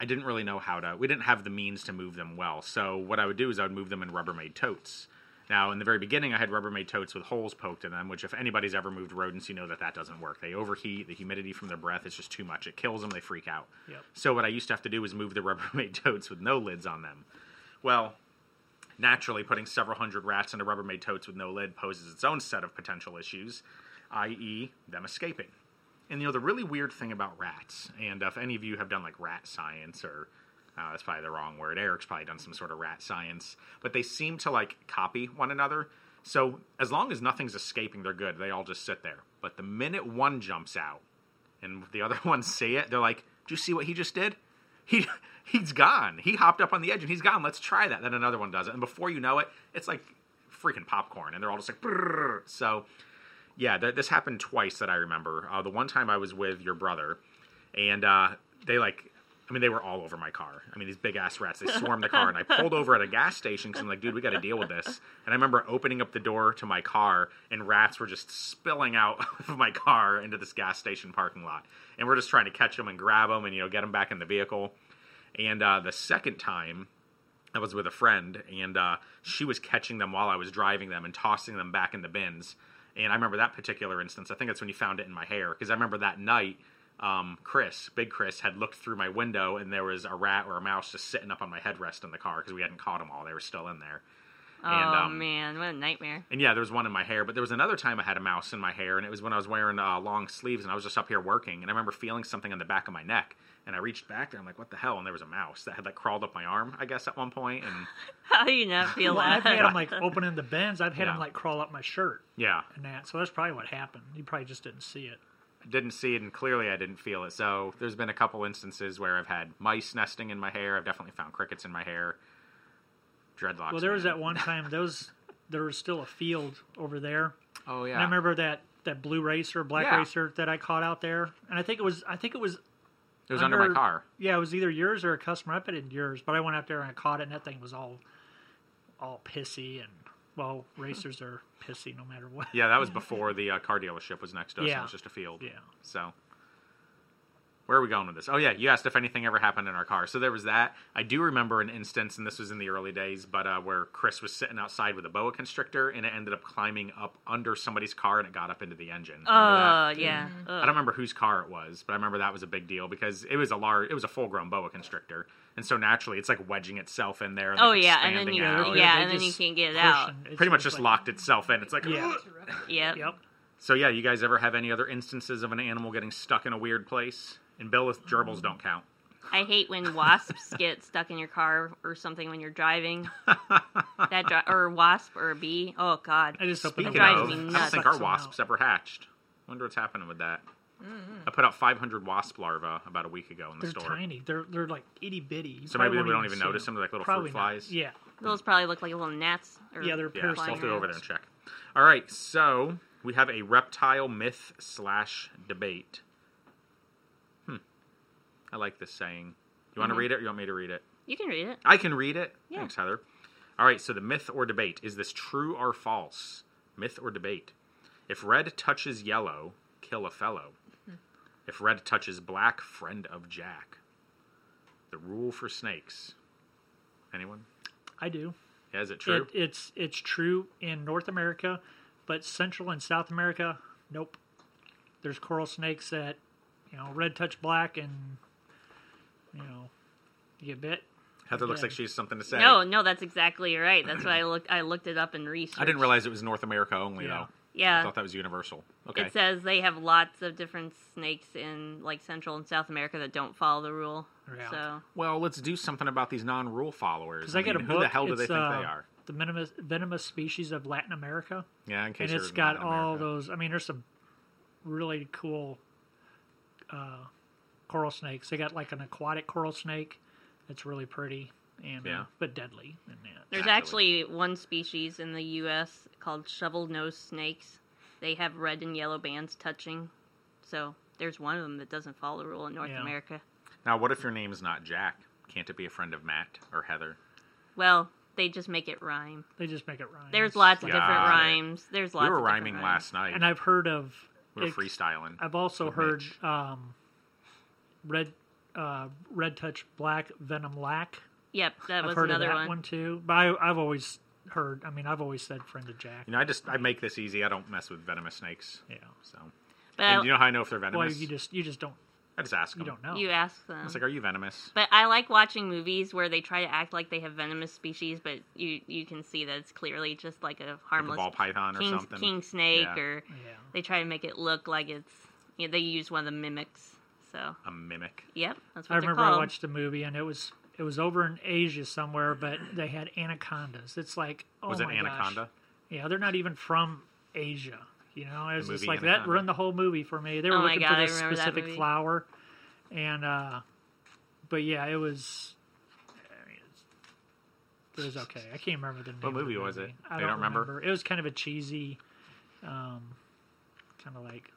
[SPEAKER 1] I didn't really know how to. We didn't have the means to move them well. So what I would do is I would move them in Rubbermaid totes. Now, in the very beginning, I had Rubbermaid totes with holes poked in them, which if anybody's ever moved rodents, you know that that doesn't work. They overheat. The humidity from their breath is just too much. It kills them. They freak out.
[SPEAKER 3] Yep.
[SPEAKER 1] So what I used to have to do was move the Rubbermaid totes with no lids on them. Well, naturally, putting several hundred rats into Rubbermaid totes with no lid poses its own set of potential issues, i.e., them escaping. And you know the really weird thing about rats, and uh, if any of you have done like rat science or uh, that's probably the wrong word. Eric's probably done some sort of rat science, but they seem to like copy one another. So as long as nothing's escaping, they're good. They all just sit there. But the minute one jumps out, and the other ones see it, they're like, "Do you see what he just did? He he's gone. He hopped up on the edge and he's gone. Let's try that." Then another one does it, and before you know it, it's like freaking popcorn, and they're all just like, "Brrr." "So." Yeah, th- this happened twice that I remember. Uh, the one time I was with your brother, and uh, they like, I mean, they were all over my car. I mean, these big ass rats. They swarmed the car, and I pulled over at a gas station because I'm like, dude, we got to deal with this. And I remember opening up the door to my car, and rats were just spilling out of my car into this gas station parking lot. And we're just trying to catch them and grab them, and you know, get them back in the vehicle. And uh, the second time, I was with a friend, and uh, she was catching them while I was driving them and tossing them back in the bins. And I remember that particular instance. I think that's when you found it in my hair because I remember that night, um, Chris, Big Chris, had looked through my window and there was a rat or a mouse just sitting up on my headrest in the car because we hadn't caught them all. They were still in there.
[SPEAKER 4] Oh
[SPEAKER 1] And, um,
[SPEAKER 4] man, what a nightmare.
[SPEAKER 1] And yeah, there was one in my hair, but there was another time I had a mouse in my hair, and it was when I was wearing uh, long sleeves and I was just up here working, and I remember feeling something on the back of my neck, and I reached back there, I'm like, what the hell? And there was a mouse that had like crawled up my arm, I guess, at one point, and
[SPEAKER 4] How do you not feel
[SPEAKER 3] Well, I've
[SPEAKER 4] that?
[SPEAKER 3] had him like opening the bins. I've had
[SPEAKER 1] Yeah.
[SPEAKER 3] him like crawl up my shirt
[SPEAKER 1] yeah,
[SPEAKER 3] and that. So that's probably what happened. You probably just didn't see it.
[SPEAKER 1] didn't see it, and clearly I didn't feel it. So there's been a couple instances where I've had mice nesting in my hair. I've definitely found crickets in my hair. Dreadlocks.
[SPEAKER 3] Well, there was
[SPEAKER 1] man.
[SPEAKER 3] that one time. Those there was still a field over there.
[SPEAKER 1] Oh yeah.
[SPEAKER 3] And I remember that that blue racer, black
[SPEAKER 1] Yeah.
[SPEAKER 3] racer that I caught out there. And I think it was I think it was
[SPEAKER 1] it was under, my car.
[SPEAKER 3] Yeah, it was either yours or a customer. I bet it yours, but I went out there and I caught it, and that thing was all all pissy and well, racers are pissy no matter what.
[SPEAKER 1] Yeah, that was before the uh, car dealership was next to us. And
[SPEAKER 3] Yeah.
[SPEAKER 1] it was just a field.
[SPEAKER 3] Yeah.
[SPEAKER 1] So, where are we going with this? Oh, yeah, you asked if anything ever happened in our car. So there was that. I do remember an instance, and this was in the early days, but uh, where Chris was sitting outside with a boa constrictor, and it ended up climbing up under somebody's car, and it got up into the engine. Remember that?
[SPEAKER 4] Oh
[SPEAKER 3] Uh,
[SPEAKER 4] yeah.
[SPEAKER 1] I don't remember whose car it was, but I remember that was a big deal because it was a large, it was a full-grown boa constrictor, and so naturally it's like wedging itself in there, and
[SPEAKER 4] Oh
[SPEAKER 1] like,
[SPEAKER 4] yeah, and then
[SPEAKER 1] expanding
[SPEAKER 4] you
[SPEAKER 1] out.
[SPEAKER 3] They
[SPEAKER 4] yeah, and then you
[SPEAKER 3] just
[SPEAKER 4] can't get it
[SPEAKER 3] push
[SPEAKER 4] out.
[SPEAKER 3] and it's
[SPEAKER 1] pretty much
[SPEAKER 3] just
[SPEAKER 1] just
[SPEAKER 3] like-
[SPEAKER 1] locked itself in. It's like,
[SPEAKER 3] Yeah.
[SPEAKER 4] Yep.
[SPEAKER 3] Yep.
[SPEAKER 1] so yeah, you guys ever have any other instances of an animal getting stuck in a weird place? And Bill with
[SPEAKER 3] Mm.
[SPEAKER 1] gerbils don't count.
[SPEAKER 4] I hate when wasps get stuck in your car or something when you're driving. that dri- or a wasp or a bee. Oh God.
[SPEAKER 3] I just hope it
[SPEAKER 1] Speaking
[SPEAKER 4] That drives
[SPEAKER 1] of,
[SPEAKER 4] me
[SPEAKER 1] I don't
[SPEAKER 4] nuts.
[SPEAKER 1] think our wasps ever hatched. Wonder what's happening with that.
[SPEAKER 4] Mm-hmm.
[SPEAKER 1] I put out 500 wasp larvae about a week ago in the
[SPEAKER 3] They're
[SPEAKER 1] store.
[SPEAKER 3] tiny. They're they're like itty bitty. You
[SPEAKER 1] So
[SPEAKER 3] probably
[SPEAKER 1] maybe we
[SPEAKER 3] won't
[SPEAKER 1] don't even
[SPEAKER 3] see
[SPEAKER 1] notice them. They're like little fruit
[SPEAKER 3] Probably not.
[SPEAKER 1] flies.
[SPEAKER 3] Yeah.
[SPEAKER 4] Those probably look like little gnats. Or
[SPEAKER 3] Yeah, they're
[SPEAKER 1] Yeah,
[SPEAKER 3] parasites.
[SPEAKER 1] I'll have
[SPEAKER 4] flying
[SPEAKER 1] to go over there
[SPEAKER 4] gnats.
[SPEAKER 1] and check. All right, so we have a reptile myth slash debate. Hmm. I like this saying. You want to read it or you want me to read it?
[SPEAKER 4] You can read it.
[SPEAKER 1] I can read it.
[SPEAKER 4] Mm-hmm. Yeah.
[SPEAKER 1] Thanks, Heather. All right, so the myth or debate is this true or false? Myth or debate? If red touches yellow, kill a fellow.
[SPEAKER 4] Hmm.
[SPEAKER 1] If red touches black, friend of Jack. The rule for snakes. Anyone?
[SPEAKER 3] I do.
[SPEAKER 1] Yeah, is it true?
[SPEAKER 3] It, it's it's true in North America, but Central and South America, nope. There's coral snakes that, you know, red touch black and, you know, you get bit.
[SPEAKER 1] Heather looks
[SPEAKER 3] Yeah.
[SPEAKER 1] like she has something to say.
[SPEAKER 4] No, no, that's exactly right. That's why I looked. I looked it up and researched.
[SPEAKER 1] I didn't realize it was North America only,
[SPEAKER 3] Yeah.
[SPEAKER 1] though. I
[SPEAKER 4] Yeah,
[SPEAKER 1] thought that was universal. Okay.
[SPEAKER 4] it says they have lots of different snakes in like Central and South America that don't follow the rule.
[SPEAKER 3] Yeah.
[SPEAKER 4] So
[SPEAKER 1] well, let's do something about these non-rule followers.
[SPEAKER 3] Because I get a
[SPEAKER 1] mean,
[SPEAKER 3] book.
[SPEAKER 1] Who the hell do
[SPEAKER 3] it's,
[SPEAKER 1] they think
[SPEAKER 3] uh,
[SPEAKER 1] they are?
[SPEAKER 3] The venomous, venomous species of Latin America,
[SPEAKER 1] Yeah, in case
[SPEAKER 3] and
[SPEAKER 1] you're
[SPEAKER 3] it's got
[SPEAKER 1] not in
[SPEAKER 3] all
[SPEAKER 1] America.
[SPEAKER 3] those. I mean, there's some really cool uh, coral snakes. They got like an aquatic coral snake that's really pretty and uh,
[SPEAKER 1] Yeah.
[SPEAKER 3] but deadly. And that.
[SPEAKER 4] there's
[SPEAKER 1] Naturally.
[SPEAKER 4] actually one species in the U.S. called shovel-nosed snakes. They have red and yellow bands touching. So there's one of them that doesn't follow the rule in North
[SPEAKER 3] Yeah.
[SPEAKER 4] America.
[SPEAKER 1] Now, what if your name's not Jack? Can't it be a friend of Matt or Heather?
[SPEAKER 4] Well, they just make it rhyme.
[SPEAKER 3] They just make it rhyme.
[SPEAKER 4] There's lots of different
[SPEAKER 1] Got it.
[SPEAKER 4] rhymes. There's lots.
[SPEAKER 1] we were
[SPEAKER 4] of different
[SPEAKER 1] rhyming
[SPEAKER 4] rhymes.
[SPEAKER 1] last night.
[SPEAKER 3] And I've heard of.
[SPEAKER 1] we were
[SPEAKER 3] ex-
[SPEAKER 1] freestyling.
[SPEAKER 3] I've also
[SPEAKER 1] with
[SPEAKER 3] heard
[SPEAKER 1] Mitch.
[SPEAKER 3] um, red, uh, red touch black venom lack.
[SPEAKER 4] Yep, that
[SPEAKER 3] I've
[SPEAKER 4] was
[SPEAKER 3] heard
[SPEAKER 4] another
[SPEAKER 3] of that
[SPEAKER 4] one.
[SPEAKER 3] one. too. But I, I've always heard. I mean, I've always said friend of Jack.
[SPEAKER 1] You know, I just I make this easy. I don't mess with venomous snakes.
[SPEAKER 3] Yeah.
[SPEAKER 1] So,
[SPEAKER 4] But
[SPEAKER 1] and
[SPEAKER 4] I-
[SPEAKER 1] you know how I know if they're
[SPEAKER 3] Uh, Well,
[SPEAKER 1] venomous?
[SPEAKER 3] you just you just don't
[SPEAKER 1] I just ask
[SPEAKER 3] you
[SPEAKER 1] them.
[SPEAKER 3] don't know.
[SPEAKER 4] you ask them.
[SPEAKER 1] It's like, are you venomous?
[SPEAKER 4] But I like watching movies where they try to act like they have venomous species, but you you can see that it's clearly just like a
[SPEAKER 1] Like a
[SPEAKER 4] harmless
[SPEAKER 1] ball python or
[SPEAKER 4] king,
[SPEAKER 1] something.
[SPEAKER 4] king snake,
[SPEAKER 1] Yeah.
[SPEAKER 4] or
[SPEAKER 3] yeah.
[SPEAKER 4] they try to make it look like it's you know, they use one of the mimics. So
[SPEAKER 1] A mimic.
[SPEAKER 4] yep, that's what
[SPEAKER 3] I
[SPEAKER 4] they're
[SPEAKER 3] remember I
[SPEAKER 4] called.
[SPEAKER 3] watched a movie and it was it was over in Asia somewhere, but they had anacondas. It's like oh
[SPEAKER 1] was it
[SPEAKER 3] my gosh.
[SPEAKER 1] anaconda?
[SPEAKER 3] Yeah, they're not even from Asia. You know, it was just
[SPEAKER 1] movie
[SPEAKER 3] like that
[SPEAKER 1] Anaconda.
[SPEAKER 3] run the whole movie for me. They were
[SPEAKER 4] Oh my
[SPEAKER 3] looking
[SPEAKER 4] God,
[SPEAKER 3] for
[SPEAKER 4] I
[SPEAKER 3] this
[SPEAKER 4] remember that
[SPEAKER 3] specific
[SPEAKER 4] movie.
[SPEAKER 3] flower, and uh, but yeah, it was. I mean, it's- It was okay. I can't remember the name. of the
[SPEAKER 1] movie was it?
[SPEAKER 3] I
[SPEAKER 1] They
[SPEAKER 3] don't,
[SPEAKER 1] don't remember?
[SPEAKER 3] It was kind of a cheesy, um, kind of like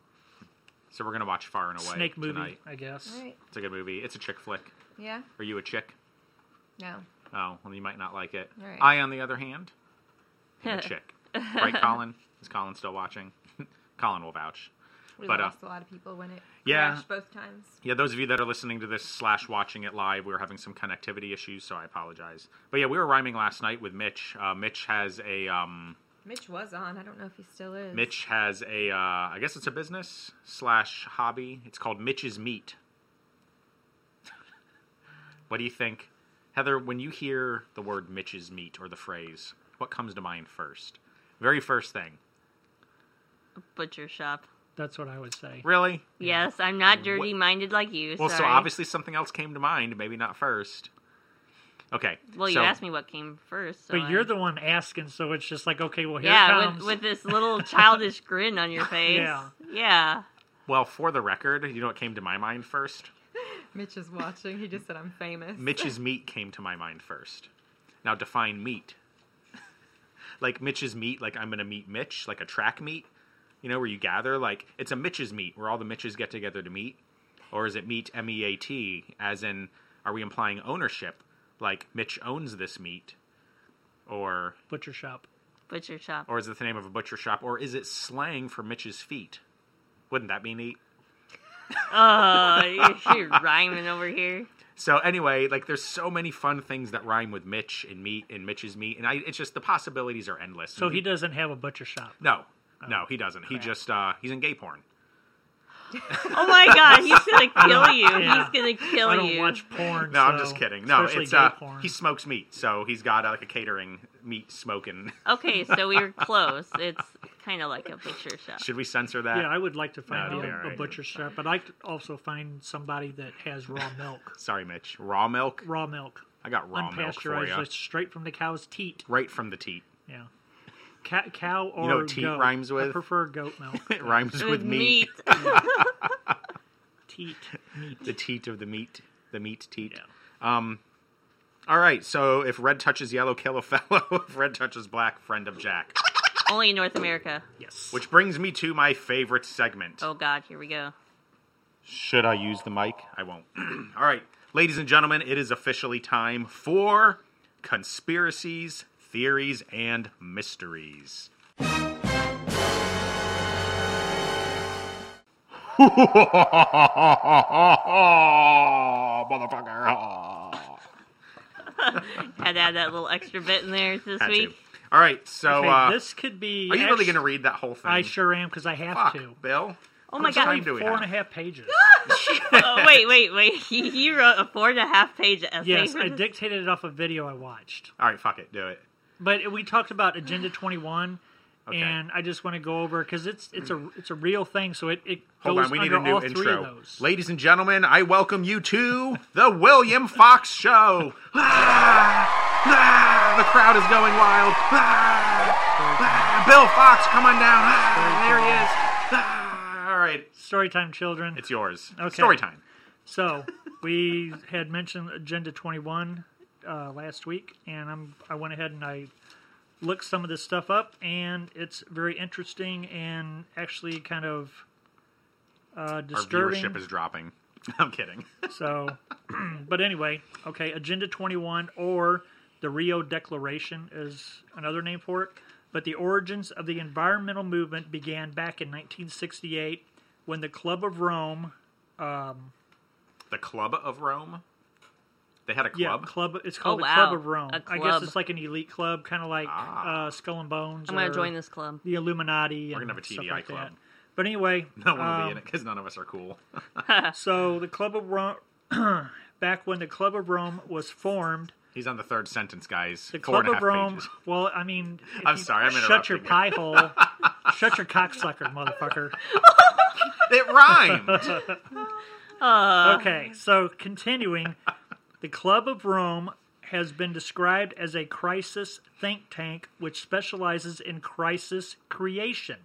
[SPEAKER 1] So we're gonna watch Far and Away
[SPEAKER 3] snake movie,
[SPEAKER 1] tonight.
[SPEAKER 3] I guess.
[SPEAKER 2] All right.
[SPEAKER 1] It's a good movie. It's a chick flick.
[SPEAKER 2] Yeah.
[SPEAKER 1] Are you a chick?
[SPEAKER 2] No.
[SPEAKER 1] Oh, well, you might not like it.
[SPEAKER 2] All right.
[SPEAKER 1] I, on the other hand, am a chick. Right, Colin? Is Colin still watching? Colin will vouch.
[SPEAKER 2] We
[SPEAKER 1] But, uh,
[SPEAKER 2] lost a lot of people when it
[SPEAKER 1] Yeah.
[SPEAKER 2] crashed both times.
[SPEAKER 1] Yeah, those of you that are listening to this slash watching it live, we were having some connectivity issues, so I apologize. But yeah, we were rhyming last night with Mitch. Uh, Mitch has a um,
[SPEAKER 2] Mitch was on. I don't know if he still is.
[SPEAKER 1] Mitch has a uh, I guess it's a business slash hobby. It's called Mitch's Meat. what do you think, Heather? When you hear the word Mitch's Meat or the phrase, what comes to mind first? Very first thing.
[SPEAKER 4] Butcher shop.
[SPEAKER 3] That's what I would say.
[SPEAKER 1] Really?
[SPEAKER 4] Yes, I'm not dirty minded like you.
[SPEAKER 1] Well, so
[SPEAKER 4] sorry.
[SPEAKER 1] obviously something else came to mind. Maybe not first. Okay.
[SPEAKER 4] Well, you
[SPEAKER 1] so-
[SPEAKER 4] asked me what came first. So
[SPEAKER 3] But you're
[SPEAKER 4] I-
[SPEAKER 3] the one asking, so it's just like okay, well here it
[SPEAKER 4] yeah
[SPEAKER 3] comes.
[SPEAKER 4] with, with this little childish grin on your face.
[SPEAKER 3] Yeah.
[SPEAKER 4] yeah.
[SPEAKER 1] Well, for the record, you know what came to my mind first?
[SPEAKER 2] Mitch is watching. He just said I'm famous.
[SPEAKER 1] Mitch's meat came to my mind first. Now define meat. Like Mitch's meat, like I'm gonna meet Mitch, like a track meet, you know, where you gather. Like it's a Mitch's meet, where all the Mitches get together to meet, or is it meet M E A T? As in, are we implying ownership? Like Mitch owns this meat, or
[SPEAKER 3] Butcher shop.
[SPEAKER 4] Butcher shop.
[SPEAKER 1] or is it the name of a butcher shop, or is it slang for Mitch's feet? Wouldn't that be neat?
[SPEAKER 4] Oh, you're, you're rhyming over here.
[SPEAKER 1] So anyway, like there's so many fun things that rhyme with Mitch and meat and Mitch's meat, and I, it's just the possibilities are endless.
[SPEAKER 3] So
[SPEAKER 1] And
[SPEAKER 3] he
[SPEAKER 1] peop-
[SPEAKER 3] doesn't have a butcher shop.
[SPEAKER 1] No, no, he doesn't. He
[SPEAKER 3] crap.
[SPEAKER 1] just uh, he's in gay porn.
[SPEAKER 4] Oh my god, he's gonna kill you.
[SPEAKER 3] Yeah.
[SPEAKER 4] He's gonna kill
[SPEAKER 3] I don't
[SPEAKER 4] you.
[SPEAKER 3] watch porn.
[SPEAKER 1] No, I'm
[SPEAKER 3] so-
[SPEAKER 1] just kidding. No,
[SPEAKER 3] especially
[SPEAKER 1] it's
[SPEAKER 3] gay
[SPEAKER 1] uh,
[SPEAKER 3] porn.
[SPEAKER 1] he smokes meat, so he's got uh, like a catering meat smoking.
[SPEAKER 4] Okay, so we were close. It's kind of like a butcher shop.
[SPEAKER 1] Should we censor that?
[SPEAKER 3] Yeah, I would like to find
[SPEAKER 1] it'll
[SPEAKER 3] out
[SPEAKER 1] be
[SPEAKER 3] a
[SPEAKER 1] alright.
[SPEAKER 3] butcher shop. I'd like to also find somebody that has raw milk.
[SPEAKER 1] Sorry, Mitch. Raw milk.
[SPEAKER 3] raw milk,
[SPEAKER 1] I got raw milk for
[SPEAKER 3] unpasteurized,
[SPEAKER 1] you,
[SPEAKER 3] just straight from the cow's teat.
[SPEAKER 1] right from the teat.
[SPEAKER 3] Yeah, Ca cow or
[SPEAKER 1] know what teat
[SPEAKER 3] goat.
[SPEAKER 1] rhymes
[SPEAKER 3] I
[SPEAKER 1] with?
[SPEAKER 3] prefer goat milk.
[SPEAKER 1] It rhymes with,
[SPEAKER 4] With
[SPEAKER 1] meat.
[SPEAKER 4] meat.
[SPEAKER 3] teat.
[SPEAKER 1] The teat of the meat. The meat teat.
[SPEAKER 3] Yeah.
[SPEAKER 1] Um. All right. So if red touches yellow, kill a fellow. if red touches black, friend of Jack.
[SPEAKER 4] Only in North America.
[SPEAKER 3] Yes.
[SPEAKER 1] Which brings me to my favorite segment.
[SPEAKER 4] Oh god, here we go.
[SPEAKER 1] Should I use the mic? I won't. All right, ladies and gentlemen, it is officially time for conspiracies, theories, and mysteries. Motherfucker.
[SPEAKER 4] Had to add that little extra bit in there this
[SPEAKER 1] Had to.
[SPEAKER 4] week.
[SPEAKER 1] All right, so
[SPEAKER 3] Okay,
[SPEAKER 1] uh,
[SPEAKER 3] this could be.
[SPEAKER 1] are you really
[SPEAKER 3] actu-
[SPEAKER 1] going to read that whole thing?
[SPEAKER 3] I sure am because I have
[SPEAKER 1] Fuck,
[SPEAKER 3] to.
[SPEAKER 1] Bill.
[SPEAKER 4] Oh
[SPEAKER 1] How
[SPEAKER 4] my
[SPEAKER 1] much
[SPEAKER 4] God.
[SPEAKER 1] time do we
[SPEAKER 3] Four and a
[SPEAKER 1] have?
[SPEAKER 3] half pages.
[SPEAKER 4] Oh, wait, wait, wait. He, he wrote a four and a half page essay.
[SPEAKER 3] yes,
[SPEAKER 4] for
[SPEAKER 3] I
[SPEAKER 4] this.
[SPEAKER 3] dictated it off a video I watched.
[SPEAKER 1] All right, fuck it, do it.
[SPEAKER 3] But we talked about Agenda 21.
[SPEAKER 1] Okay.
[SPEAKER 3] And I just want to go over because it's it's a it's a real thing, so it, it
[SPEAKER 1] Hold
[SPEAKER 3] goes
[SPEAKER 1] on, we need
[SPEAKER 3] under
[SPEAKER 1] a new
[SPEAKER 3] all three of
[SPEAKER 1] intro.
[SPEAKER 3] those.
[SPEAKER 1] Ladies and gentlemen, I welcome you to the William Fox Show. Ah, ah, the crowd is going wild. Ah, ah, Bill Fox, come on down. Ah, there he is. Ah, all right,
[SPEAKER 3] Story time, children.
[SPEAKER 1] it's yours.
[SPEAKER 3] Okay.
[SPEAKER 1] Story time.
[SPEAKER 3] So we had mentioned Agenda 21 uh, last week, and I'm I went ahead and I looked some of this stuff up, and it's very interesting and actually kind of uh,
[SPEAKER 1] Our
[SPEAKER 3] disturbing.
[SPEAKER 1] viewership is dropping. I'm kidding.
[SPEAKER 3] So, but anyway, okay, Agenda 21 or the Rio Declaration is another name for it. But the origins of the environmental movement began back in 1968 when the Club of Rome,
[SPEAKER 1] the Club of Rome. They had a
[SPEAKER 3] yeah,
[SPEAKER 1] club.
[SPEAKER 3] club, it's called
[SPEAKER 4] Oh,
[SPEAKER 3] the
[SPEAKER 4] wow,
[SPEAKER 3] Club of Rome.
[SPEAKER 4] a
[SPEAKER 3] I
[SPEAKER 4] club.
[SPEAKER 3] guess it's like an elite club, kind of like
[SPEAKER 1] Ah.
[SPEAKER 3] uh, Skull and Bones.
[SPEAKER 4] I'm gonna
[SPEAKER 3] or
[SPEAKER 4] join this club.
[SPEAKER 3] The Illuminati.
[SPEAKER 1] We're gonna
[SPEAKER 3] and
[SPEAKER 1] have a
[SPEAKER 3] stuff
[SPEAKER 1] TVI
[SPEAKER 3] like
[SPEAKER 1] club.
[SPEAKER 3] That. But anyway,
[SPEAKER 1] No one will
[SPEAKER 3] um,
[SPEAKER 1] be in it because none of us are cool.
[SPEAKER 3] So the Club of Rome, back when the Club of Rome was formed,
[SPEAKER 1] He's on the third sentence, guys.
[SPEAKER 3] the
[SPEAKER 1] Four
[SPEAKER 3] Club
[SPEAKER 1] and a
[SPEAKER 3] of
[SPEAKER 1] half
[SPEAKER 3] Rome.
[SPEAKER 1] pages.
[SPEAKER 3] Well, I mean, if
[SPEAKER 1] I'm
[SPEAKER 3] you
[SPEAKER 1] sorry, I'm
[SPEAKER 3] shut your
[SPEAKER 1] interrupting you.
[SPEAKER 3] pie hole, shut your cocksucker, motherfucker.
[SPEAKER 1] It rhymed.
[SPEAKER 4] Uh,
[SPEAKER 3] Okay, so continuing, the Club of Rome has been described as a crisis think tank which specializes in crisis creation.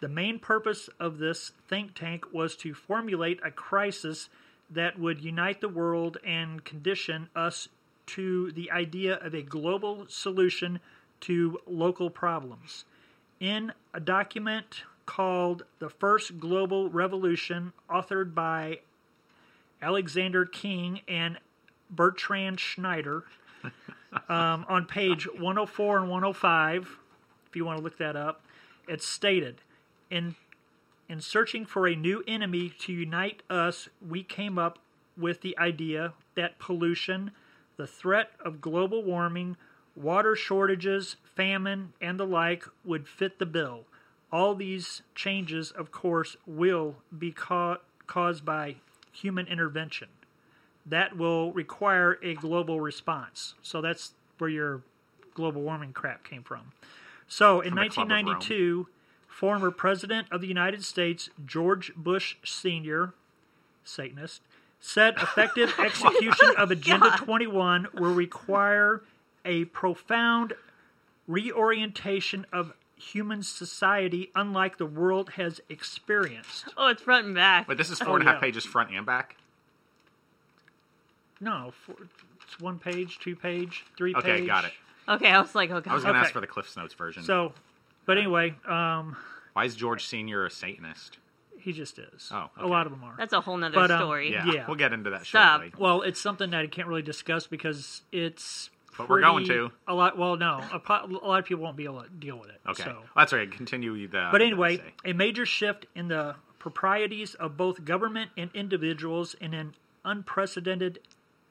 [SPEAKER 3] The main purpose of this think tank was to formulate a crisis that would unite the world and condition us to the idea of a global solution to local problems. In a document called The First Global Revolution, authored by Alexander King and Bertrand Schneider um, on page 104 and 105, if you want to look that up, it's stated in in searching for a new enemy to unite us, we came up with the idea that pollution, the threat of global warming, water shortages, famine, and the like would fit the bill. All these changes, of course, will be ca- caused by human intervention. That will require a global response. So that's where your global warming crap came from. So in
[SPEAKER 1] From the Club of Rome.
[SPEAKER 3] 1992, former President of the United States George Bush Sr., Satanist, said effective
[SPEAKER 1] Oh
[SPEAKER 3] execution of Agenda 21 will require a profound reorientation of human society unlike the world has experienced.
[SPEAKER 4] Oh, it's front and back.
[SPEAKER 1] Wait, this is four and a
[SPEAKER 3] Oh,
[SPEAKER 1] half
[SPEAKER 3] yeah.
[SPEAKER 1] pages front and back.
[SPEAKER 3] No, for, it's one page, two page, three page.
[SPEAKER 1] Okay, got it.
[SPEAKER 4] Okay, I was like, oh god.
[SPEAKER 1] I was gonna
[SPEAKER 3] Okay.
[SPEAKER 1] ask for the Cliff's Notes version.
[SPEAKER 3] So, but anyway, um,
[SPEAKER 1] Why is George Senior a Satanist?
[SPEAKER 3] he just is.
[SPEAKER 1] Oh,
[SPEAKER 3] A
[SPEAKER 1] okay.
[SPEAKER 3] lot of them are.
[SPEAKER 4] That's a whole nother
[SPEAKER 3] But, um,
[SPEAKER 4] story.
[SPEAKER 1] Yeah,
[SPEAKER 3] Yeah.
[SPEAKER 1] we'll get into that
[SPEAKER 4] Stop.
[SPEAKER 1] shortly.
[SPEAKER 3] Well, it's something that I can't really discuss because it's.
[SPEAKER 1] But we're going
[SPEAKER 3] pretty-
[SPEAKER 1] to.
[SPEAKER 3] a lot. Well, no, a, po- a lot of people won't be able to deal with it.
[SPEAKER 1] Okay,
[SPEAKER 3] so.
[SPEAKER 1] that's right. Continue uh, the.
[SPEAKER 3] But
[SPEAKER 1] the
[SPEAKER 3] anyway,
[SPEAKER 1] essay.
[SPEAKER 3] a major shift in the proprieties of both government and individuals in an unprecedented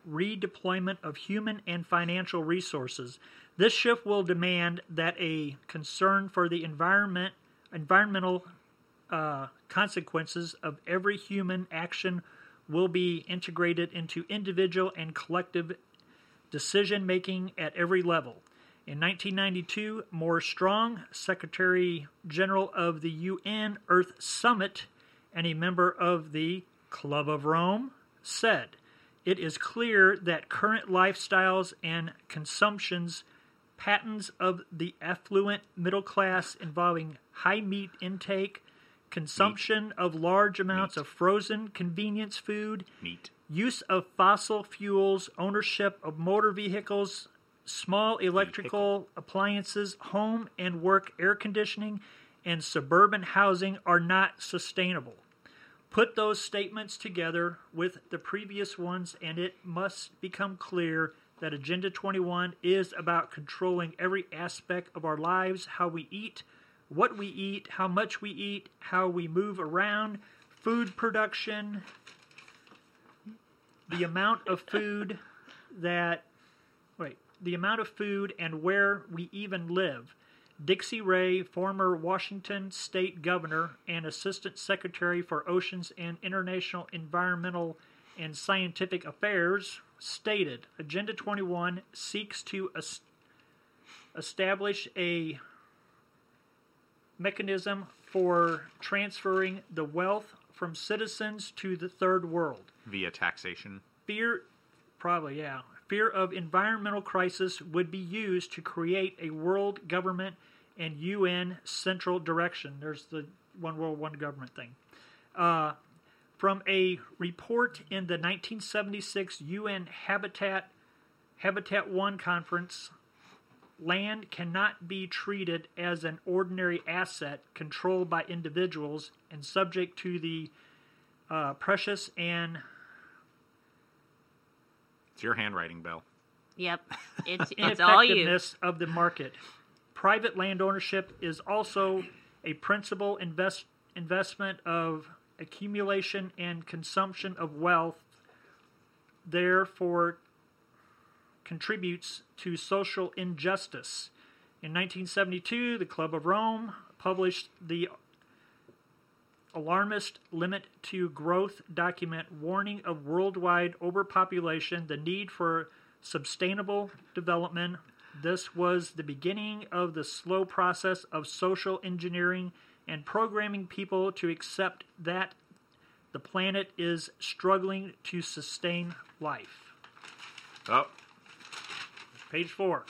[SPEAKER 3] redeployment of human and financial resources. This shift will demand that a concern for the environment, environmental uh, consequences of every human action will be integrated into individual and collective decision making at every level. In 1992, Moore Strong, Secretary General of the UN Earth Summit and a member of the Club of Rome, said, It is clear that current lifestyles and consumptions patterns of the affluent middle class involving high meat intake, consumption of large amounts
[SPEAKER 1] Meat.
[SPEAKER 3] of frozen convenience food,
[SPEAKER 1] neat.
[SPEAKER 3] use of fossil fuels, ownership of motor vehicles, small electrical appliances, home and work air conditioning, and suburban housing are not sustainable. Put those statements together with the previous ones, and it must become clear that Agenda 21 is about controlling every aspect of our lives how we eat, what we eat, how much we eat, how we move around, food production, the amount of food that wait the amount of food and where we even live dixie ray former washington state governor and assistant secretary for oceans and international environmental and scientific affairs stated agenda 21 seeks to es- establish a mechanism for transferring the wealth from citizens to the third world
[SPEAKER 1] Via taxation.
[SPEAKER 3] fear probably yeah fear of environmental crisis would be used to create a world government and un central direction there's the one world one government thing uh, from a report in the 1976 un habitat habitat one conference land cannot be treated as an ordinary asset controlled by individuals and subject to the uh, Precious and
[SPEAKER 1] It's your handwriting, Bill.
[SPEAKER 4] Yep. It's it's all you.
[SPEAKER 3] ineffectiveness of the market. Private land ownership is also a principal invest, investment of accumulation and consumption of wealth, therefore, contributes to social injustice. In 1972, the Club of Rome published the alarmist limit to growth document warning of worldwide overpopulation, the need for sustainable development. This was the beginning of the slow process of social engineering and programming people to accept that the planet is struggling to sustain life.
[SPEAKER 1] Oh,
[SPEAKER 3] Page four.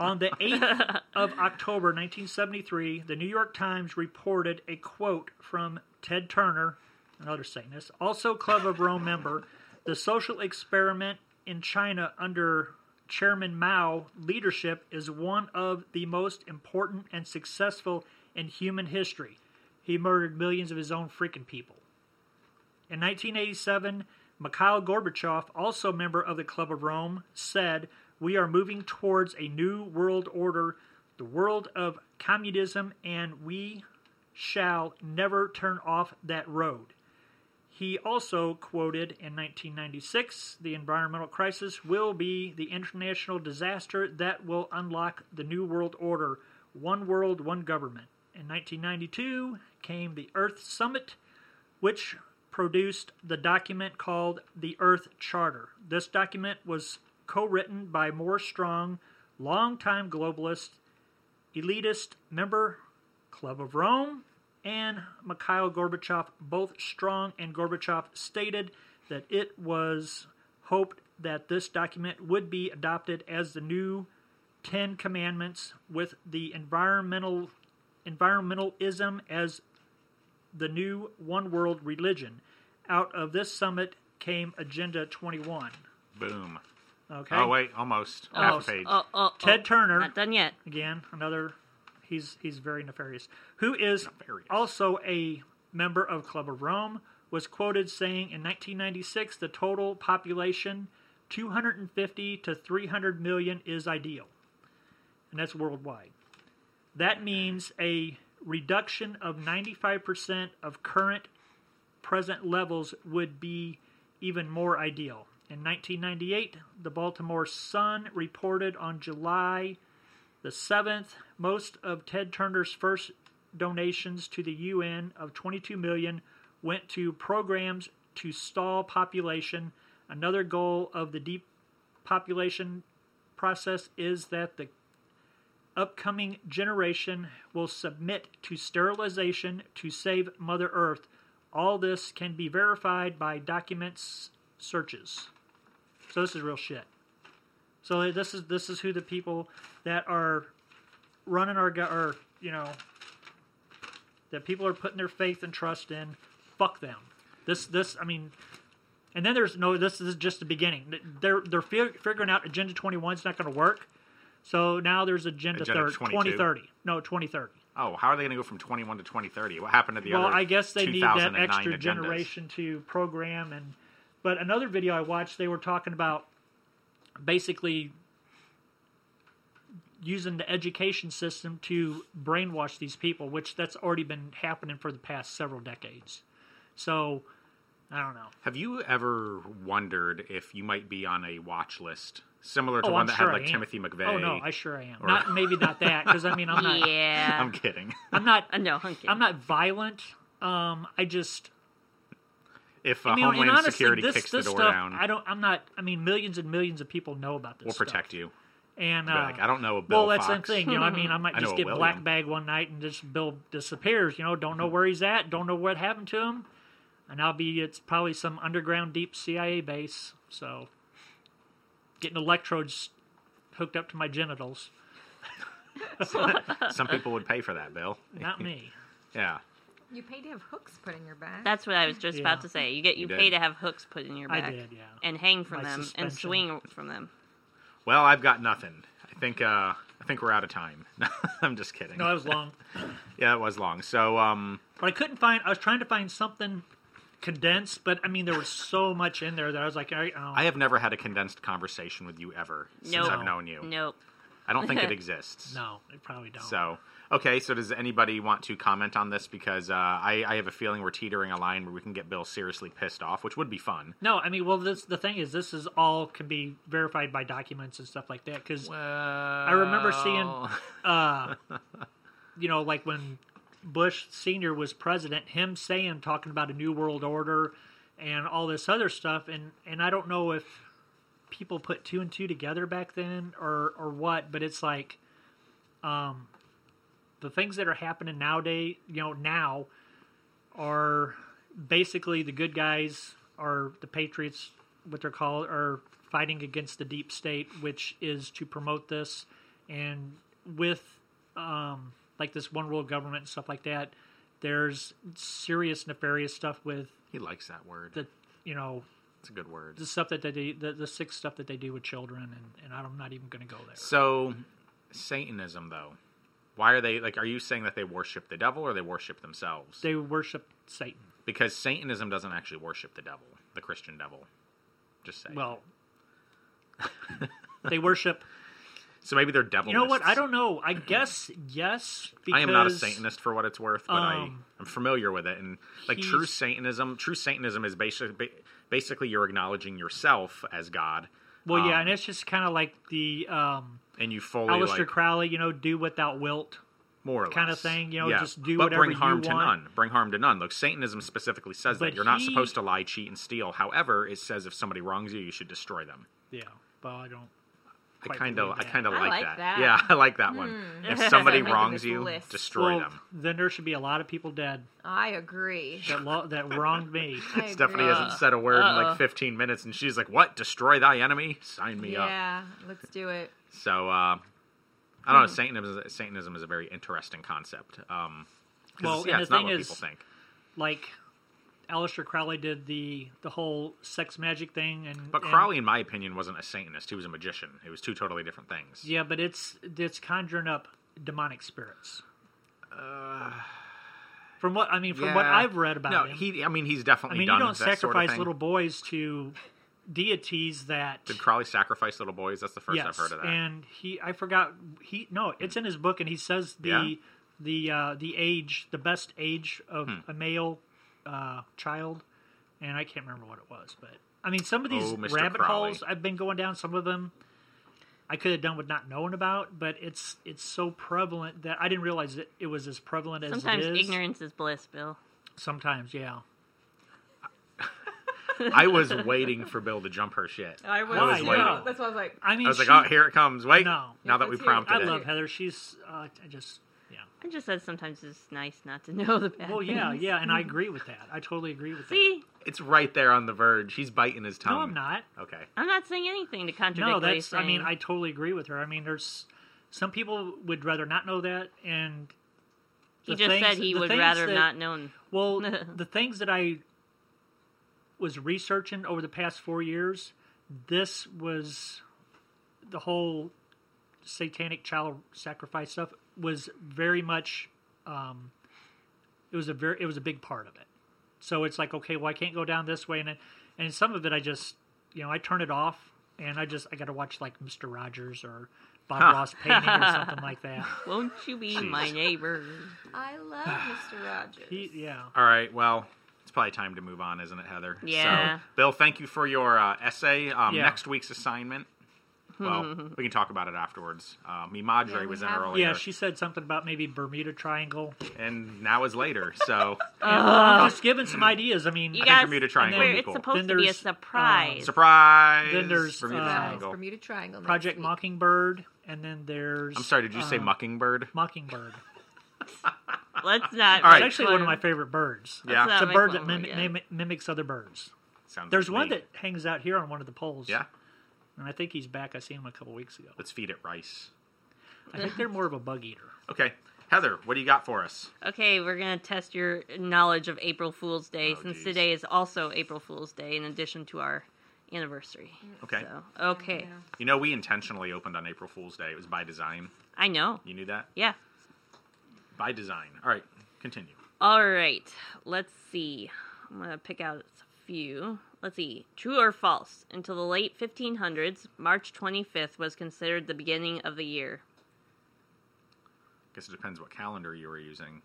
[SPEAKER 3] On the 8th of October 1973, the New York Times reported a quote from Ted Turner, another Satanist, also Club of Rome member. The social experiment in China under Chairman Mao leadership is one of the most important and successful in human history. He murdered millions of his own freaking people. In 1987, Mikhail Gorbachev, also a member of the Club of Rome, said, We are moving towards a new world order, the world of communism, and we shall never turn off that road. He also quoted in 1996 the environmental crisis will be the international disaster that will unlock the new world order, one world, one government. In 1992 came the Earth Summit, which produced the document called the Earth Charter. This document was co written by Morris Strong, longtime globalist, elitist member, Club of Rome, and Mikhail Gorbachev. Both Strong and Gorbachev stated that it was hoped that this document would be adopted as the new Ten Commandments with the environmental environmentalism as the new one world religion. Out of this summit came Agenda 21.
[SPEAKER 1] boom.
[SPEAKER 3] Okay.
[SPEAKER 1] Oh wait, almost half
[SPEAKER 3] Almost.
[SPEAKER 1] a page.
[SPEAKER 4] Oh, oh, oh.
[SPEAKER 3] Ted Turner
[SPEAKER 4] Not done yet.
[SPEAKER 3] again, another he's he's very nefarious. Who is
[SPEAKER 1] Nefarious.
[SPEAKER 3] also a member of Club of Rome was quoted saying in 1996 the total population 250 to 300 million is ideal. And that's worldwide. That means a reduction of 95% of current present levels would be even more ideal. In 1998, the Baltimore Sun reported on July the seventh most of ted turner's first donations to the un of 22 million went to programs to stall population another goal of the depopulation process is that the upcoming generation will submit to sterilization to save mother earth all this can be verified by documents searches so this is real shit so this is this is who the people that are running our go- or you know that people are putting their faith and trust in. Fuck them. This this I mean, and then there's no. This is just the beginning. They're they're fig- figuring out Agenda 21 is not going to work. So now there's Agenda,
[SPEAKER 1] Agenda
[SPEAKER 3] 30,
[SPEAKER 1] 22?
[SPEAKER 3] 2030. No 2030.
[SPEAKER 1] Oh, how are they going to go from 21 to 2030? What happened to the
[SPEAKER 3] well,
[SPEAKER 1] other?
[SPEAKER 3] I guess they need that
[SPEAKER 1] 2009
[SPEAKER 3] extra
[SPEAKER 1] agendas?
[SPEAKER 3] generation to program and. But another video I watched, they were talking about basically using the education system to brainwash these people, which that's already been happening for the past several decades. So I don't know.
[SPEAKER 1] Have you ever wondered if you might be on a watch list similar to
[SPEAKER 3] Oh,
[SPEAKER 1] one
[SPEAKER 3] I'm
[SPEAKER 1] that
[SPEAKER 3] sure
[SPEAKER 1] had
[SPEAKER 3] I
[SPEAKER 1] like
[SPEAKER 3] am.
[SPEAKER 1] Timothy McVeigh?
[SPEAKER 3] Oh no, I sure I am.
[SPEAKER 1] or-
[SPEAKER 3] Not maybe not that because I mean I'm not.
[SPEAKER 4] Yeah.
[SPEAKER 1] am kidding.
[SPEAKER 3] I'm not.
[SPEAKER 4] Uh, no, I'm kidding.
[SPEAKER 3] I'm not violent. Um, I just
[SPEAKER 1] if uh,
[SPEAKER 3] I mean, and
[SPEAKER 1] Homeland
[SPEAKER 3] honestly,
[SPEAKER 1] Security
[SPEAKER 3] this,
[SPEAKER 1] kicks
[SPEAKER 3] this
[SPEAKER 1] the door
[SPEAKER 3] stuff,
[SPEAKER 1] down,
[SPEAKER 3] I don't. I'm not. I mean, millions and millions of people know about this.
[SPEAKER 1] we'll protect you.
[SPEAKER 3] you. And uh,
[SPEAKER 1] Be like, I don't know a Bill
[SPEAKER 3] well, that's
[SPEAKER 1] Fox.
[SPEAKER 3] the thing. You know, I mean, I might
[SPEAKER 1] I
[SPEAKER 3] just
[SPEAKER 1] know a
[SPEAKER 3] get black
[SPEAKER 1] William.
[SPEAKER 3] bag one night and just Bill disappears. You know, don't know where he's at, don't know what happened to him, and I'll be it's probably some underground deep CIA base. So, getting electrodes hooked up to my genitals.
[SPEAKER 1] Some people would pay for that, Bill.
[SPEAKER 3] Not me.
[SPEAKER 1] Yeah.
[SPEAKER 2] You paid to have hooks put in your back.
[SPEAKER 4] That's what I was just about
[SPEAKER 3] Yeah.
[SPEAKER 4] to say. You get you,
[SPEAKER 1] did.
[SPEAKER 4] pay to have hooks put in your
[SPEAKER 3] I
[SPEAKER 4] back
[SPEAKER 3] did, yeah.
[SPEAKER 4] and hang from
[SPEAKER 3] My
[SPEAKER 4] them
[SPEAKER 3] suspension.
[SPEAKER 4] and swing from them.
[SPEAKER 1] Well, I've got nothing. I think uh, I think we're out of time. I'm just kidding.
[SPEAKER 3] No, that was long.
[SPEAKER 1] yeah, it was long. So um,
[SPEAKER 3] But I couldn't find. I was trying to find something condensed, but I mean, there was so much in there that I was like, I, oh,
[SPEAKER 1] I have never had a condensed conversation with you ever since
[SPEAKER 4] Nope.
[SPEAKER 1] I've known you.
[SPEAKER 4] Nope.
[SPEAKER 1] I don't think it exists.
[SPEAKER 3] no, I probably don't.
[SPEAKER 1] So, okay, so does anybody want to comment on this? Because uh, I, I have a feeling we're teetering a line where we can get Bill seriously pissed off, which would be fun.
[SPEAKER 3] No, I mean, well, this the thing is, this is all can be verified by documents and stuff like that. Because
[SPEAKER 1] I
[SPEAKER 3] remember seeing- uh, you know, like when Bush Senior was president, him saying talking about a new world order and all this other stuff, and and I don't know if people put two and two together back then or or what, but it's like, um, the things that are happening nowadays, you know, now are basically the good guys are the patriots, what they're called, are fighting against the deep state, which is to promote this and with um, like this one world government and stuff like that, there's serious nefarious stuff with
[SPEAKER 1] He likes that word.
[SPEAKER 3] the you know
[SPEAKER 1] It's a good word.
[SPEAKER 3] the stuff that they do, the the sick stuff that they do with children, and, and I'm not even going to go there.
[SPEAKER 1] So, Satanism, though, why are they like? Are you saying that they worship the devil or they worship themselves?
[SPEAKER 3] They worship Satan.
[SPEAKER 1] because Satanism doesn't actually worship the devil, the Christian devil. Just saying.
[SPEAKER 3] Well, they worship.
[SPEAKER 1] so maybe they're devil.
[SPEAKER 3] You know what? I don't know. I guess yes. Because
[SPEAKER 1] I am not a Satanist for what it's worth, but
[SPEAKER 3] um,
[SPEAKER 1] I, I'm familiar with it. And like true
[SPEAKER 3] he's-
[SPEAKER 1] Satanism, true Satanism is basically basically you're acknowledging yourself as God,
[SPEAKER 3] Well, yeah,
[SPEAKER 1] um,
[SPEAKER 3] and it's just kind of like the um,
[SPEAKER 1] and you fully
[SPEAKER 3] Aleister
[SPEAKER 1] like
[SPEAKER 3] Crowley, you know, do what thou wilt.
[SPEAKER 1] more or less.
[SPEAKER 3] kinda thing, you know,
[SPEAKER 1] yeah.
[SPEAKER 3] just do
[SPEAKER 1] but
[SPEAKER 3] whatever
[SPEAKER 1] bring harm
[SPEAKER 3] you
[SPEAKER 1] to
[SPEAKER 3] want.
[SPEAKER 1] none. Bring harm to none. Look, Satanism specifically says
[SPEAKER 3] But
[SPEAKER 1] that you're not
[SPEAKER 3] he-
[SPEAKER 1] supposed to lie, cheat, and steal. However, it says if somebody wrongs you, you should destroy them.
[SPEAKER 3] Yeah, well, I don't.
[SPEAKER 1] I
[SPEAKER 3] quite
[SPEAKER 1] kind of,
[SPEAKER 3] believe
[SPEAKER 1] I
[SPEAKER 3] that.
[SPEAKER 1] kind of
[SPEAKER 2] I
[SPEAKER 1] like,
[SPEAKER 2] like
[SPEAKER 1] that.
[SPEAKER 2] that. Hmm.
[SPEAKER 1] Yeah, I like that one.
[SPEAKER 4] Sounds
[SPEAKER 1] If
[SPEAKER 4] like
[SPEAKER 1] somebody
[SPEAKER 2] making
[SPEAKER 1] wrongs
[SPEAKER 2] this
[SPEAKER 1] you,
[SPEAKER 2] list.
[SPEAKER 1] destroy
[SPEAKER 3] Well,
[SPEAKER 1] them.
[SPEAKER 3] Then there should be a lot of people dead
[SPEAKER 2] I agree.
[SPEAKER 3] that lo- that wronged me.
[SPEAKER 2] I
[SPEAKER 1] Stephanie
[SPEAKER 2] agree.
[SPEAKER 1] hasn't said a word in
[SPEAKER 4] Uh-uh.
[SPEAKER 1] like 15 minutes, and she's like, "What? Destroy thy enemy? Sign me up."
[SPEAKER 2] Yeah, let's do it.
[SPEAKER 1] So uh, I don't
[SPEAKER 3] Hmm.
[SPEAKER 1] know. Satanism, Satanism is a very interesting concept. Um, 'cause
[SPEAKER 3] Well,
[SPEAKER 1] it's- yeah,
[SPEAKER 3] and
[SPEAKER 1] it's
[SPEAKER 3] the
[SPEAKER 1] not
[SPEAKER 3] thing
[SPEAKER 1] what
[SPEAKER 3] is-
[SPEAKER 1] people think.
[SPEAKER 3] Like, Aleister Crowley did the the whole sex magic thing, and
[SPEAKER 1] But
[SPEAKER 3] and-
[SPEAKER 1] Crowley, in my opinion, wasn't a Satanist. He was a magician. It was two totally different things.
[SPEAKER 3] yeah, but it's it's conjuring up demonic spirits. from what I mean, from what
[SPEAKER 1] Uh, yeah.
[SPEAKER 3] I've read about
[SPEAKER 1] no,
[SPEAKER 3] him,
[SPEAKER 1] he. I mean, he's
[SPEAKER 3] I
[SPEAKER 1] definitely.
[SPEAKER 3] mean, you
[SPEAKER 1] done
[SPEAKER 3] don't
[SPEAKER 1] that sort of
[SPEAKER 3] sacrifice
[SPEAKER 1] thing.
[SPEAKER 3] little boys to deities that.
[SPEAKER 1] Did Crowley sacrifice little boys? That's the first
[SPEAKER 3] yes,
[SPEAKER 1] I've heard of that.
[SPEAKER 3] and he I forgot he no, it's in his book, and he says the
[SPEAKER 1] Yeah.
[SPEAKER 3] the uh, the age, the best age of
[SPEAKER 1] Hmm.
[SPEAKER 3] a male uh, child, and I can't remember what it was, but I mean, some of these
[SPEAKER 1] Oh, Mr.
[SPEAKER 3] rabbit
[SPEAKER 1] Crowley.
[SPEAKER 3] holes I've been going down, some of them. I could have done with not knowing about, but it's it's so prevalent that I didn't realize it, it was as prevalent as
[SPEAKER 4] Sometimes
[SPEAKER 3] it is.
[SPEAKER 4] ignorance is bliss, Bill.
[SPEAKER 3] Sometimes, yeah.
[SPEAKER 1] I was waiting for Bill to jump her shit.
[SPEAKER 2] I was,
[SPEAKER 1] was
[SPEAKER 3] yeah.
[SPEAKER 1] waiting.
[SPEAKER 2] That's why I was like,
[SPEAKER 3] I mean,
[SPEAKER 1] I was like,
[SPEAKER 3] she-
[SPEAKER 1] oh, here it comes. Wait,
[SPEAKER 3] No.
[SPEAKER 1] now that we
[SPEAKER 2] Let's hear it.
[SPEAKER 1] prompted
[SPEAKER 3] I
[SPEAKER 1] it.
[SPEAKER 3] love Heather. She's uh, I just yeah.
[SPEAKER 4] I just said sometimes it's nice not to know the bad.
[SPEAKER 3] Well, yeah,
[SPEAKER 4] things.
[SPEAKER 3] yeah, and I agree with that. I totally agree with that.
[SPEAKER 4] See,
[SPEAKER 1] It's right there on the verge. He's biting his tongue.
[SPEAKER 3] No, I'm not.
[SPEAKER 1] Okay.
[SPEAKER 4] I'm not saying anything to contradict.
[SPEAKER 3] No,
[SPEAKER 4] what
[SPEAKER 3] that's.
[SPEAKER 4] he's
[SPEAKER 3] I mean,
[SPEAKER 4] saying.
[SPEAKER 3] I totally agree with her. I mean, there's some people would rather not know that, and
[SPEAKER 4] he
[SPEAKER 3] the
[SPEAKER 4] just
[SPEAKER 3] things-
[SPEAKER 4] said he
[SPEAKER 3] the
[SPEAKER 4] would
[SPEAKER 3] things
[SPEAKER 4] rather
[SPEAKER 3] that-
[SPEAKER 4] have not known.
[SPEAKER 3] Well, the things that I was researching over the past four years, this was the whole satanic child sacrifice stuff was very much. Um, it was a very it was a big part of it. So it's like okay, well I can't go down this way, and then- and some of it I just you know I turn it off, and I just I got to watch like Mister Rogers or Bob Ross painting or something like that.
[SPEAKER 4] Won't you be my
[SPEAKER 1] Jeez.
[SPEAKER 4] neighbor?
[SPEAKER 2] I love Mr. Rogers.
[SPEAKER 3] He, yeah.
[SPEAKER 1] All right. Well, it's probably time to move on, isn't it, Heather?
[SPEAKER 4] Yeah.
[SPEAKER 1] So, Bill, thank you for your uh, essay. Um,
[SPEAKER 3] Yeah.
[SPEAKER 1] Next week's assignment. Well, we can talk about it afterwards. Uh, Mimadre
[SPEAKER 2] Yeah, we
[SPEAKER 1] was in
[SPEAKER 2] have-
[SPEAKER 1] earlier,
[SPEAKER 3] Yeah, she said something about maybe Bermuda Triangle.
[SPEAKER 1] and now is later. So
[SPEAKER 3] I'm just giving some ideas. I mean,
[SPEAKER 4] You
[SPEAKER 1] I think
[SPEAKER 4] guys,
[SPEAKER 1] Bermuda Triangle
[SPEAKER 4] where
[SPEAKER 1] would be
[SPEAKER 4] it's
[SPEAKER 1] cool.
[SPEAKER 4] supposed
[SPEAKER 3] Then
[SPEAKER 4] to be a
[SPEAKER 3] there's, uh,
[SPEAKER 4] surprise.
[SPEAKER 1] surprise.
[SPEAKER 3] Then there's,
[SPEAKER 1] Bermuda
[SPEAKER 3] uh,
[SPEAKER 2] Guys,
[SPEAKER 1] Triangle.
[SPEAKER 2] Bermuda Triangle. next
[SPEAKER 3] Project
[SPEAKER 2] week.
[SPEAKER 3] Mockingbird, and then there's.
[SPEAKER 1] I'm sorry. Did you say
[SPEAKER 3] uh,
[SPEAKER 1] Mockingbird?
[SPEAKER 3] Mockingbird?
[SPEAKER 4] Let's not.
[SPEAKER 1] All right.
[SPEAKER 3] It's actually one of my favorite birds.
[SPEAKER 1] Yeah.
[SPEAKER 4] not
[SPEAKER 3] It's a
[SPEAKER 4] Oh, make
[SPEAKER 3] bird
[SPEAKER 4] fun
[SPEAKER 3] that
[SPEAKER 4] of it
[SPEAKER 3] mim-
[SPEAKER 4] again.
[SPEAKER 3] mim- mimics other birds.
[SPEAKER 1] Sounds
[SPEAKER 3] There's
[SPEAKER 1] like
[SPEAKER 3] one
[SPEAKER 1] me.
[SPEAKER 3] that hangs out here on one of the poles.
[SPEAKER 1] Yeah.
[SPEAKER 3] And I think he's back. I seen him a couple weeks ago.
[SPEAKER 1] Let's feed it rice.
[SPEAKER 3] I think they're more of a bug eater.
[SPEAKER 1] Okay, Heather, what do you got for us?
[SPEAKER 4] Okay, we're gonna test your knowledge of April Fool's Day
[SPEAKER 1] Oh,
[SPEAKER 4] since
[SPEAKER 1] geez.
[SPEAKER 4] today is also April Fool's Day in addition to our anniversary.
[SPEAKER 1] Okay.
[SPEAKER 4] So, okay,
[SPEAKER 2] Yeah.
[SPEAKER 1] You know, we intentionally opened on April Fool's Day. It was by design.
[SPEAKER 4] I know.
[SPEAKER 1] You knew that?
[SPEAKER 4] Yeah.
[SPEAKER 1] By design. All right, continue.
[SPEAKER 4] All right. Let's see. I'm going to pick out a few. Let's see. True or false? Until the late 1500s, March 25th was considered the beginning of the year.
[SPEAKER 1] guess it depends what calendar you were using.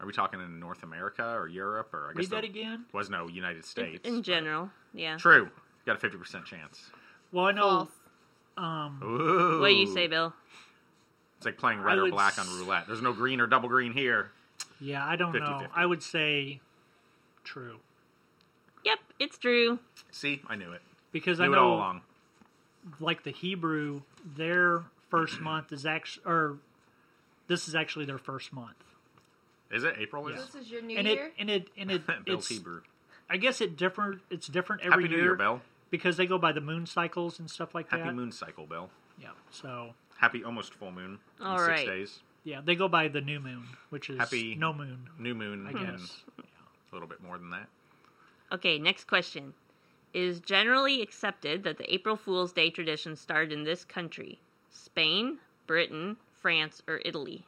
[SPEAKER 1] Are we talking in North America or Europe or I guess
[SPEAKER 3] Read that
[SPEAKER 1] there
[SPEAKER 3] again.
[SPEAKER 1] was no United
[SPEAKER 4] In-
[SPEAKER 1] States
[SPEAKER 4] in,
[SPEAKER 1] but-
[SPEAKER 4] general, yeah.
[SPEAKER 1] True, got a fifty percent chance.
[SPEAKER 3] Well, I know.
[SPEAKER 2] False.
[SPEAKER 3] Um,
[SPEAKER 1] Ooh.
[SPEAKER 4] What do you say, Bill?
[SPEAKER 1] It's like playing
[SPEAKER 3] I
[SPEAKER 1] red or
[SPEAKER 3] would
[SPEAKER 1] black on
[SPEAKER 3] s-
[SPEAKER 1] roulette. There's no green or double green here.
[SPEAKER 3] yeah, I don't know.
[SPEAKER 1] 50-50.
[SPEAKER 3] I would say true
[SPEAKER 4] Yep, it's true.
[SPEAKER 1] See, I knew it.
[SPEAKER 3] because
[SPEAKER 1] Knew
[SPEAKER 3] I
[SPEAKER 1] it all
[SPEAKER 3] know,
[SPEAKER 1] along.
[SPEAKER 3] like the Hebrew, their first month is actually, or this is actually their first month,
[SPEAKER 1] Is it April? Is
[SPEAKER 3] Yeah.
[SPEAKER 2] This is your new
[SPEAKER 3] and
[SPEAKER 2] year.
[SPEAKER 3] it and it and it
[SPEAKER 1] Bill's
[SPEAKER 3] it's.
[SPEAKER 1] Hebrew.
[SPEAKER 3] I guess it different. It's different every
[SPEAKER 1] Happy New
[SPEAKER 3] year,
[SPEAKER 1] Year, Bill.
[SPEAKER 3] because they go by the moon cycles and stuff like
[SPEAKER 1] Happy
[SPEAKER 3] that.
[SPEAKER 1] moon cycle, Bill.
[SPEAKER 3] Yeah. So
[SPEAKER 1] Happy almost full moon. in
[SPEAKER 4] All
[SPEAKER 1] six
[SPEAKER 4] right.
[SPEAKER 1] days.
[SPEAKER 3] yeah, they go by the new moon, which is
[SPEAKER 1] Happy-
[SPEAKER 3] no moon.
[SPEAKER 1] New moon
[SPEAKER 3] I
[SPEAKER 1] again.
[SPEAKER 3] guess.
[SPEAKER 1] A little bit more than that.
[SPEAKER 4] Okay, next question. It Is generally accepted that the April Fool's Day tradition started in this country Spain, Britain, France, or Italy?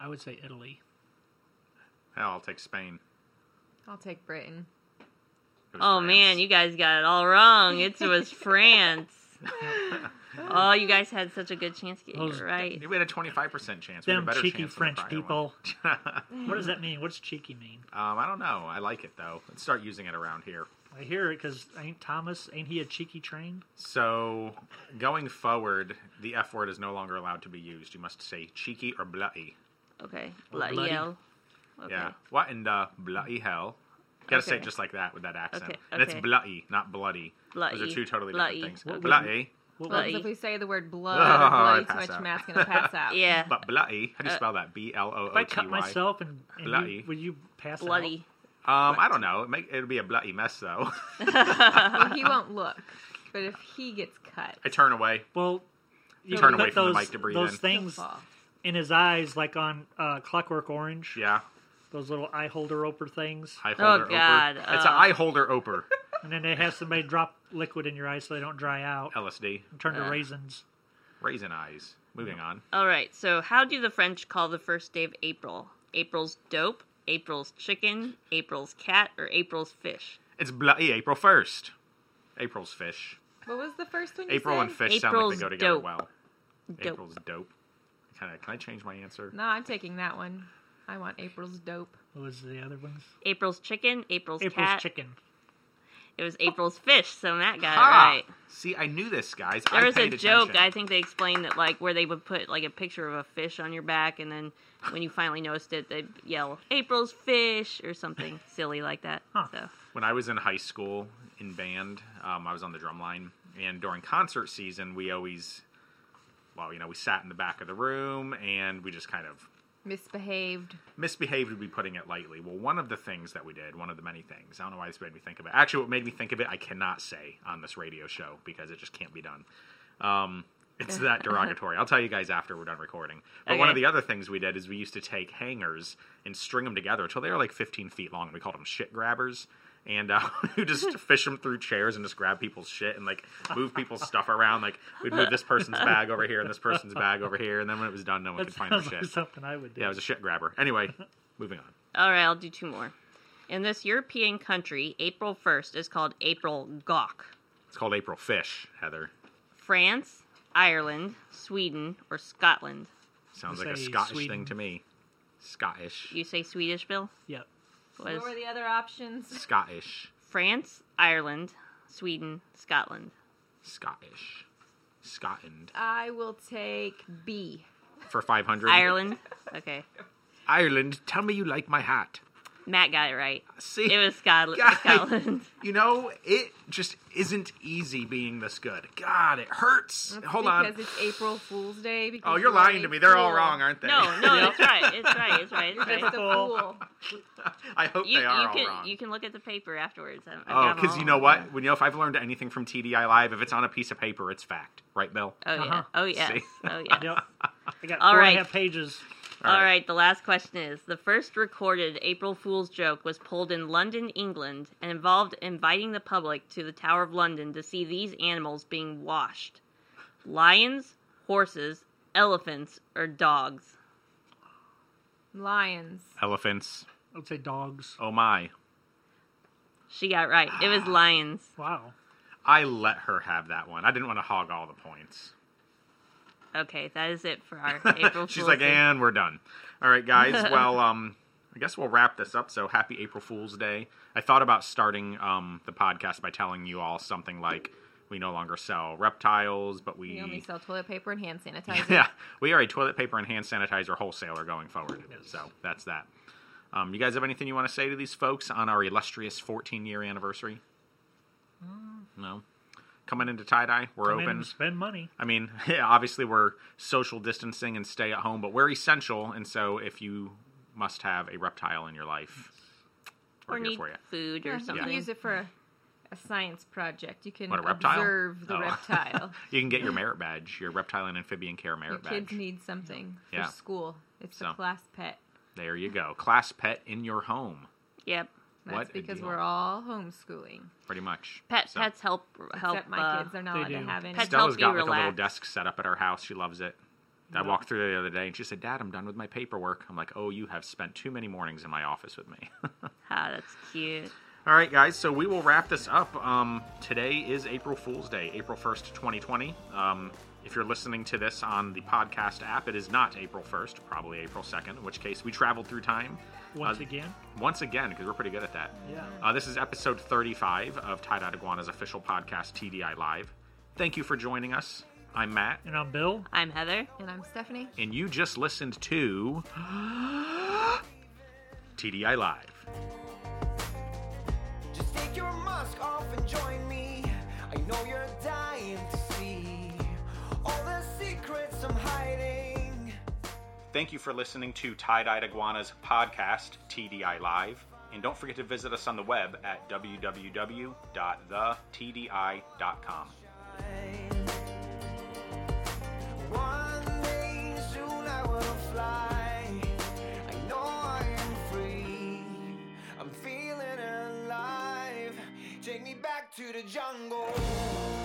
[SPEAKER 3] I would say Italy.
[SPEAKER 1] Hell, I'll take Spain.
[SPEAKER 2] I'll take Britain.
[SPEAKER 1] It was
[SPEAKER 4] Oh
[SPEAKER 1] France.
[SPEAKER 4] man, you guys got it all wrong. It was France. oh, you guys had such a good chance getting
[SPEAKER 3] Those-
[SPEAKER 4] it right.
[SPEAKER 1] You had a twenty-five percent chance. We had a
[SPEAKER 3] Them
[SPEAKER 1] better
[SPEAKER 3] cheeky
[SPEAKER 1] chance than the
[SPEAKER 3] French
[SPEAKER 1] prior
[SPEAKER 3] people.
[SPEAKER 1] one.
[SPEAKER 3] What does that mean? What's cheeky mean?
[SPEAKER 1] um, I don't know. I like it though. Let's start using it around here.
[SPEAKER 3] I hear it because ain't Thomas? Ain't he a cheeky train?
[SPEAKER 1] So, going forward, the F word is no longer allowed to be used. You must say cheeky or bloody.
[SPEAKER 4] Okay.
[SPEAKER 3] Bloody.
[SPEAKER 4] Bloody hell. Okay.
[SPEAKER 1] Yeah. What in the bloody hell? You gotta say it
[SPEAKER 4] Okay.
[SPEAKER 1] just like that with that accent.
[SPEAKER 4] Okay,
[SPEAKER 1] And it's
[SPEAKER 4] okay.
[SPEAKER 1] bloody, not bloody. Those
[SPEAKER 4] Bloody,
[SPEAKER 1] are two totally
[SPEAKER 4] bloody.
[SPEAKER 1] different
[SPEAKER 3] What
[SPEAKER 1] things.
[SPEAKER 3] would-
[SPEAKER 1] Bloody,
[SPEAKER 3] What
[SPEAKER 2] Well,
[SPEAKER 4] Bloody.
[SPEAKER 2] 'cause if we say the word blood,
[SPEAKER 1] Oh,
[SPEAKER 2] or
[SPEAKER 1] I'd
[SPEAKER 2] bloody too
[SPEAKER 1] pass
[SPEAKER 2] much
[SPEAKER 1] out.
[SPEAKER 2] matt's gonna pass out.
[SPEAKER 4] Yeah.
[SPEAKER 1] but bloody. How do you
[SPEAKER 4] Uh,
[SPEAKER 1] spell that? B L O O T
[SPEAKER 3] If
[SPEAKER 1] Y.
[SPEAKER 3] I cut myself and, and you-
[SPEAKER 1] Bloody.
[SPEAKER 3] would you pass
[SPEAKER 4] Bloody.
[SPEAKER 1] Um, I don't know. It make, it'll be a bloody mess though.
[SPEAKER 2] Well, he won't look, but if he gets cut,
[SPEAKER 1] I turn away.
[SPEAKER 3] out? Well, you
[SPEAKER 1] turn
[SPEAKER 3] put
[SPEAKER 1] away from the
[SPEAKER 3] those,
[SPEAKER 1] mic to breathe
[SPEAKER 3] those
[SPEAKER 1] in.
[SPEAKER 2] he'll
[SPEAKER 3] things
[SPEAKER 2] fall.
[SPEAKER 3] in his eyes, like on uh, Clockwork Orange.
[SPEAKER 1] Yeah.
[SPEAKER 3] Those little eye holder oper things,
[SPEAKER 1] Eye holder.
[SPEAKER 4] Oh, God,
[SPEAKER 1] Oper. It's an
[SPEAKER 4] uh.
[SPEAKER 1] eye holder oper.
[SPEAKER 3] and then they have somebody drop liquid in your eyes so they don't dry out
[SPEAKER 1] LSD.
[SPEAKER 3] and turn to
[SPEAKER 4] Uh.
[SPEAKER 3] raisins.
[SPEAKER 1] Raisin eyes. Moving on.
[SPEAKER 4] All right. So, how do the French call the first day of April? April's dope, April's chicken, April's cat, or April's fish?
[SPEAKER 1] It's bloody April first. April's fish.
[SPEAKER 2] What was the first one? You
[SPEAKER 1] April
[SPEAKER 2] said?
[SPEAKER 1] and fish sound like they
[SPEAKER 4] April's
[SPEAKER 1] go together
[SPEAKER 4] dope.
[SPEAKER 1] well.
[SPEAKER 4] Dope.
[SPEAKER 1] April's dope. Kind of. Can I change my answer?
[SPEAKER 2] No, I'm taking that one. I want April's dope.
[SPEAKER 3] What was the other ones?
[SPEAKER 4] April's chicken, April's,
[SPEAKER 3] April's
[SPEAKER 4] cat.
[SPEAKER 3] chicken.
[SPEAKER 4] It was April's fish, so Matt got
[SPEAKER 1] Ah!
[SPEAKER 4] it right.
[SPEAKER 1] See, I knew this, guys.
[SPEAKER 4] There
[SPEAKER 1] I
[SPEAKER 4] was a
[SPEAKER 1] paid
[SPEAKER 4] joke. I
[SPEAKER 1] attention.
[SPEAKER 4] think they explained that, like, where they would put like a picture of a fish on your back, and then when you finally noticed it, they'd yell "April's fish" or something silly like that.
[SPEAKER 3] Huh.
[SPEAKER 4] So,
[SPEAKER 1] When I was in high school in band, um, I was on the drum line, and during concert season, we always, well, you know, we sat in the back of the room and we just kind of
[SPEAKER 2] Misbehaved.
[SPEAKER 1] misbehaved, would be putting it lightly. Well, one of the things that we did, one of the many things, I don't know why this made me think of it. Actually, what made me think of it, I cannot say on this radio show because it just can't be done. Um, it's that derogatory. I'll tell you guys after we're done recording. But one
[SPEAKER 4] Okay.
[SPEAKER 1] of the other things we did is we used to take hangers and string them together until they were like 15 feet long. and We called them shit grabbers. And uh, we just fish them through chairs and just grab people's shit and like move people's stuff around. Like we'd move this person's bag over here and this person's bag over here. And then when it was done, no one
[SPEAKER 3] That
[SPEAKER 1] could find their
[SPEAKER 3] sounds like
[SPEAKER 1] shit.
[SPEAKER 3] something I would do.
[SPEAKER 1] Yeah, it was a shit grabber. Anyway, moving on.
[SPEAKER 4] all right, I'll do two more. In this European country, April first is called April Gawk.
[SPEAKER 1] It's called April Fish, Heather.
[SPEAKER 4] France, Ireland, Sweden, or Scotland.
[SPEAKER 1] Sounds
[SPEAKER 3] You
[SPEAKER 1] like a
[SPEAKER 3] say
[SPEAKER 1] Scottish
[SPEAKER 3] Sweden.
[SPEAKER 1] thing to me. Scottish.
[SPEAKER 4] You say Swedish, Bill?
[SPEAKER 3] Yep.
[SPEAKER 4] Was
[SPEAKER 2] What were the other options?
[SPEAKER 1] Scottish.
[SPEAKER 4] France, Ireland, Sweden, Scotland.
[SPEAKER 1] Scottish. Scotland.
[SPEAKER 2] I will take B.
[SPEAKER 1] For 500.
[SPEAKER 4] Ireland. Okay.
[SPEAKER 1] Ireland, tell me you like my hat.
[SPEAKER 4] Matt got it right.
[SPEAKER 1] See?
[SPEAKER 4] It was Scotland.
[SPEAKER 1] Guys.
[SPEAKER 4] Scotland.
[SPEAKER 1] You know, it just isn't easy being this good. God, it hurts.
[SPEAKER 2] That's
[SPEAKER 1] Hold
[SPEAKER 2] because
[SPEAKER 1] on.
[SPEAKER 2] Because it's April Fool's Day. Because
[SPEAKER 1] Oh, you're
[SPEAKER 2] you are
[SPEAKER 1] lying
[SPEAKER 2] a
[SPEAKER 1] to me. They're all
[SPEAKER 2] fool.
[SPEAKER 1] wrong, aren't they?
[SPEAKER 4] No, no, it's right. It's right. It's right. It's
[SPEAKER 2] You're
[SPEAKER 4] right.
[SPEAKER 2] just a fool.
[SPEAKER 1] I hope
[SPEAKER 4] You,
[SPEAKER 1] they are
[SPEAKER 4] you
[SPEAKER 1] all
[SPEAKER 4] can
[SPEAKER 1] wrong.
[SPEAKER 4] you can look at the paper afterwards. I,
[SPEAKER 1] oh, because you know what? When you know, if I've learned anything from TDI Live, if it's on a piece of paper, it's fact. Right, Bill?
[SPEAKER 4] Oh yeah.
[SPEAKER 3] Uh-huh.
[SPEAKER 4] Oh yes.
[SPEAKER 1] See?
[SPEAKER 4] Oh yeah.
[SPEAKER 3] Yep. I got
[SPEAKER 4] All
[SPEAKER 3] four and
[SPEAKER 4] right.
[SPEAKER 3] a half pages.
[SPEAKER 1] All
[SPEAKER 4] All
[SPEAKER 1] right.
[SPEAKER 4] right. The last question is: the first recorded April Fool's joke was pulled in London, England, and involved inviting the public to the Tower of London to see these animals being washed: lions, horses, elephants, or dogs.
[SPEAKER 2] Lions.
[SPEAKER 1] Elephants.
[SPEAKER 3] I would say dogs.
[SPEAKER 1] Oh my.
[SPEAKER 4] She got right. It was lions.
[SPEAKER 3] Wow.
[SPEAKER 1] I let her have that one. I didn't want to hog all the points.
[SPEAKER 4] Okay, that is it for our April
[SPEAKER 1] She's
[SPEAKER 4] Fool's
[SPEAKER 1] like,
[SPEAKER 4] Day.
[SPEAKER 1] and we're done. All right, guys. well, um, I guess we'll wrap this up. So happy April Fool's Day. I thought about starting um, the podcast by telling you all something like we no longer sell reptiles, but we.
[SPEAKER 2] We only sell toilet paper and hand sanitizer.
[SPEAKER 1] yeah, we are a toilet paper and hand sanitizer wholesaler going forward. So that's that. Um, you guys have anything you want to say to these folks on our illustrious 14 year anniversary? No. Coming into tie dye, we're
[SPEAKER 3] Come in
[SPEAKER 1] open.
[SPEAKER 3] and spend money.
[SPEAKER 1] I mean, yeah, obviously we're social distancing and stay at home, but we're essential. And so if you must have a reptile in your life, we're
[SPEAKER 4] or
[SPEAKER 1] here
[SPEAKER 4] need
[SPEAKER 1] for you.
[SPEAKER 4] food or
[SPEAKER 2] Yeah, You
[SPEAKER 4] something.
[SPEAKER 2] can use it for a, a science project. You can
[SPEAKER 1] What, a reptile?
[SPEAKER 2] observe the
[SPEAKER 1] Oh.
[SPEAKER 2] reptile.
[SPEAKER 1] You can get your merit badge, your reptile and amphibian care
[SPEAKER 2] Your
[SPEAKER 1] merit
[SPEAKER 2] kids
[SPEAKER 1] badge.
[SPEAKER 2] need something
[SPEAKER 1] Yeah.
[SPEAKER 2] for school. It's
[SPEAKER 1] So.
[SPEAKER 2] a class pet.
[SPEAKER 1] there you go. Class pet in your home,
[SPEAKER 4] Yep.
[SPEAKER 2] That's
[SPEAKER 1] What a
[SPEAKER 2] because
[SPEAKER 1] deal.
[SPEAKER 2] we're all homeschooling.
[SPEAKER 1] pretty much.
[SPEAKER 4] Pet
[SPEAKER 1] So,
[SPEAKER 4] pets help help
[SPEAKER 2] Except my
[SPEAKER 4] uh,
[SPEAKER 2] kids, they're not
[SPEAKER 3] they
[SPEAKER 2] allowed to
[SPEAKER 3] do.
[SPEAKER 2] have any.
[SPEAKER 4] Pets
[SPEAKER 1] Stella's
[SPEAKER 4] help
[SPEAKER 1] got
[SPEAKER 4] you
[SPEAKER 1] like a little
[SPEAKER 4] relax.
[SPEAKER 1] desk set up at our house. She loves it. I walked through there the other day and she said, Dad, I'm done with my paperwork. I'm like, Oh, you have spent too many mornings in my office with me.
[SPEAKER 4] Ah, that's cute.
[SPEAKER 1] All right, guys. So we will wrap this up. Um, today is April Fool's Day, April first, twenty twenty. Um, if you're listening to this on the podcast app, it is not April first, probably April second. In which case, we traveled through time
[SPEAKER 3] Once
[SPEAKER 1] Uh,
[SPEAKER 3] again.
[SPEAKER 1] once again because we're pretty good at that.
[SPEAKER 3] Yeah.
[SPEAKER 1] Uh, this is episode thirty-five of Tie Dot Iguana's official podcast, TDI Live. Thank you for joining us. I'm Matt,
[SPEAKER 3] And I'm Bill.
[SPEAKER 4] I'm Heather.
[SPEAKER 2] And I'm Stephanie.
[SPEAKER 1] and you just listened to TDI Live.
[SPEAKER 5] Just take your mask off and join me. I know you're dying to see all the secrets I'm hiding.
[SPEAKER 1] Thank you for listening to Tie Dyed Iguana's podcast, TDI Live. And don't forget to visit us on the web at www.thetdi.com.
[SPEAKER 5] One day soon I will fly. I know I am free. I'm feeling alive. Take me back to the jungle.